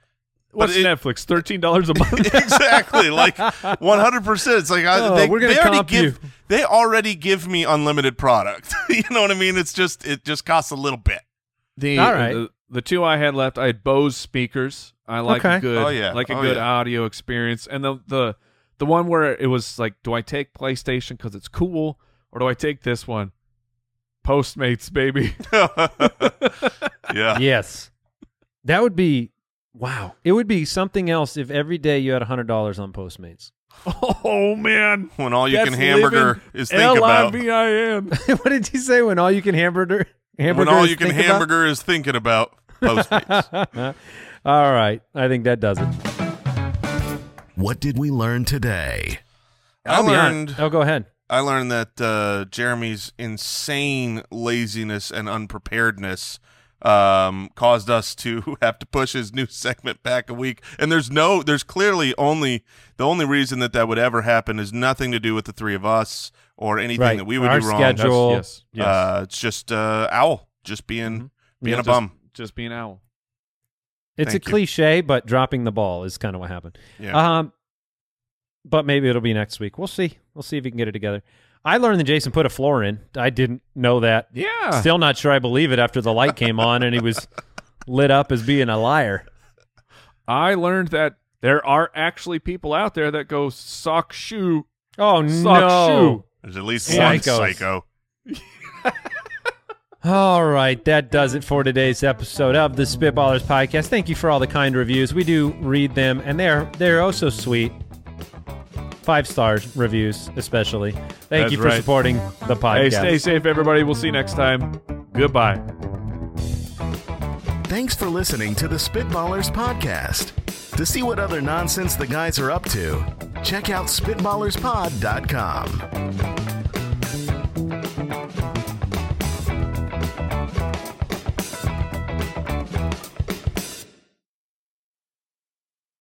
Speaker 1: what's
Speaker 3: it-
Speaker 1: Netflix? Thirteen dollars a month.
Speaker 3: (laughs) exactly like one hundred percent. It's like I,
Speaker 4: Oh,
Speaker 3: they,
Speaker 4: we're gonna
Speaker 3: they already
Speaker 4: comp
Speaker 3: give
Speaker 4: you.
Speaker 3: they already give me unlimited product. (laughs) you know what I mean? It's just it just costs a little bit.
Speaker 1: (laughs)
Speaker 3: (laughs)
Speaker 1: The,
Speaker 4: All right.
Speaker 1: the the two I had left, I had Bose speakers. I like
Speaker 4: Okay.
Speaker 1: a good
Speaker 3: Oh, yeah.
Speaker 1: like a
Speaker 3: Oh,
Speaker 1: good
Speaker 3: yeah.
Speaker 1: audio experience. And the the the one where it was like, do I take PlayStation because it's cool, or do I take this one? Postmates, baby.
Speaker 3: yeah.
Speaker 4: yes. That would be wow. It would be something else if every day you had hundred dollars on Postmates.
Speaker 1: oh man,
Speaker 3: When all you
Speaker 1: That's
Speaker 3: can hamburger
Speaker 1: living
Speaker 3: is think about.
Speaker 1: L-I-V-I-N.
Speaker 4: (laughs) what did you say when all you can hamburger?
Speaker 3: When
Speaker 4: hamburger
Speaker 3: all
Speaker 4: is
Speaker 3: you can
Speaker 4: think about?
Speaker 3: hamburger is thinking
Speaker 4: (laughs)
Speaker 3: about Postmates.
Speaker 4: all right. I think that does it.
Speaker 2: What did we learn today?
Speaker 3: I learned
Speaker 4: Oh, go ahead.
Speaker 3: I learned that uh, Jeremy's insane laziness and unpreparedness um, caused us to (laughs) have to push his new segment back a week. And there's no, there's clearly only the only reason that that would ever happen is nothing to do with the three of us or anything
Speaker 4: Right.
Speaker 3: that we would
Speaker 4: Our
Speaker 3: do wrong.
Speaker 4: schedule. Joel.
Speaker 1: Yes, yes.
Speaker 3: Uh, it's just uh, owl, just being (laughs) being
Speaker 1: Yeah,
Speaker 3: a bum.
Speaker 1: Just, just being owl.
Speaker 4: It's
Speaker 3: Thank
Speaker 4: a
Speaker 3: you.
Speaker 4: cliche, but dropping the ball is kind of what happened.
Speaker 3: Yeah.
Speaker 4: Um, but maybe it'll be next week. We'll see. We'll see if we can get it together. I learned that Jason put a floor in. I didn't know that.
Speaker 1: Yeah.
Speaker 4: Still not sure I believe it after the light came on and he
Speaker 3: (laughs)
Speaker 4: was lit up as being a liar.
Speaker 1: I learned that there are actually people out there that go sock shoe.
Speaker 4: Oh
Speaker 1: Sock
Speaker 4: no!
Speaker 3: There's at least one
Speaker 4: Psychos.
Speaker 3: psycho.
Speaker 4: All right, that does it for today's episode of the Spitballers podcast. Thank you for all the kind reviews. We do read them, and they're they're oh so sweet. Five stars reviews, especially. Thank
Speaker 1: That's
Speaker 4: you for
Speaker 1: right.
Speaker 4: supporting
Speaker 1: Hey,
Speaker 4: the podcast.
Speaker 1: stay safe, everybody. We'll see you next time. Goodbye.
Speaker 2: Thanks for listening to the Spitballers Podcast. To see what other nonsense the guys are up to, check out SpitballersPod.com.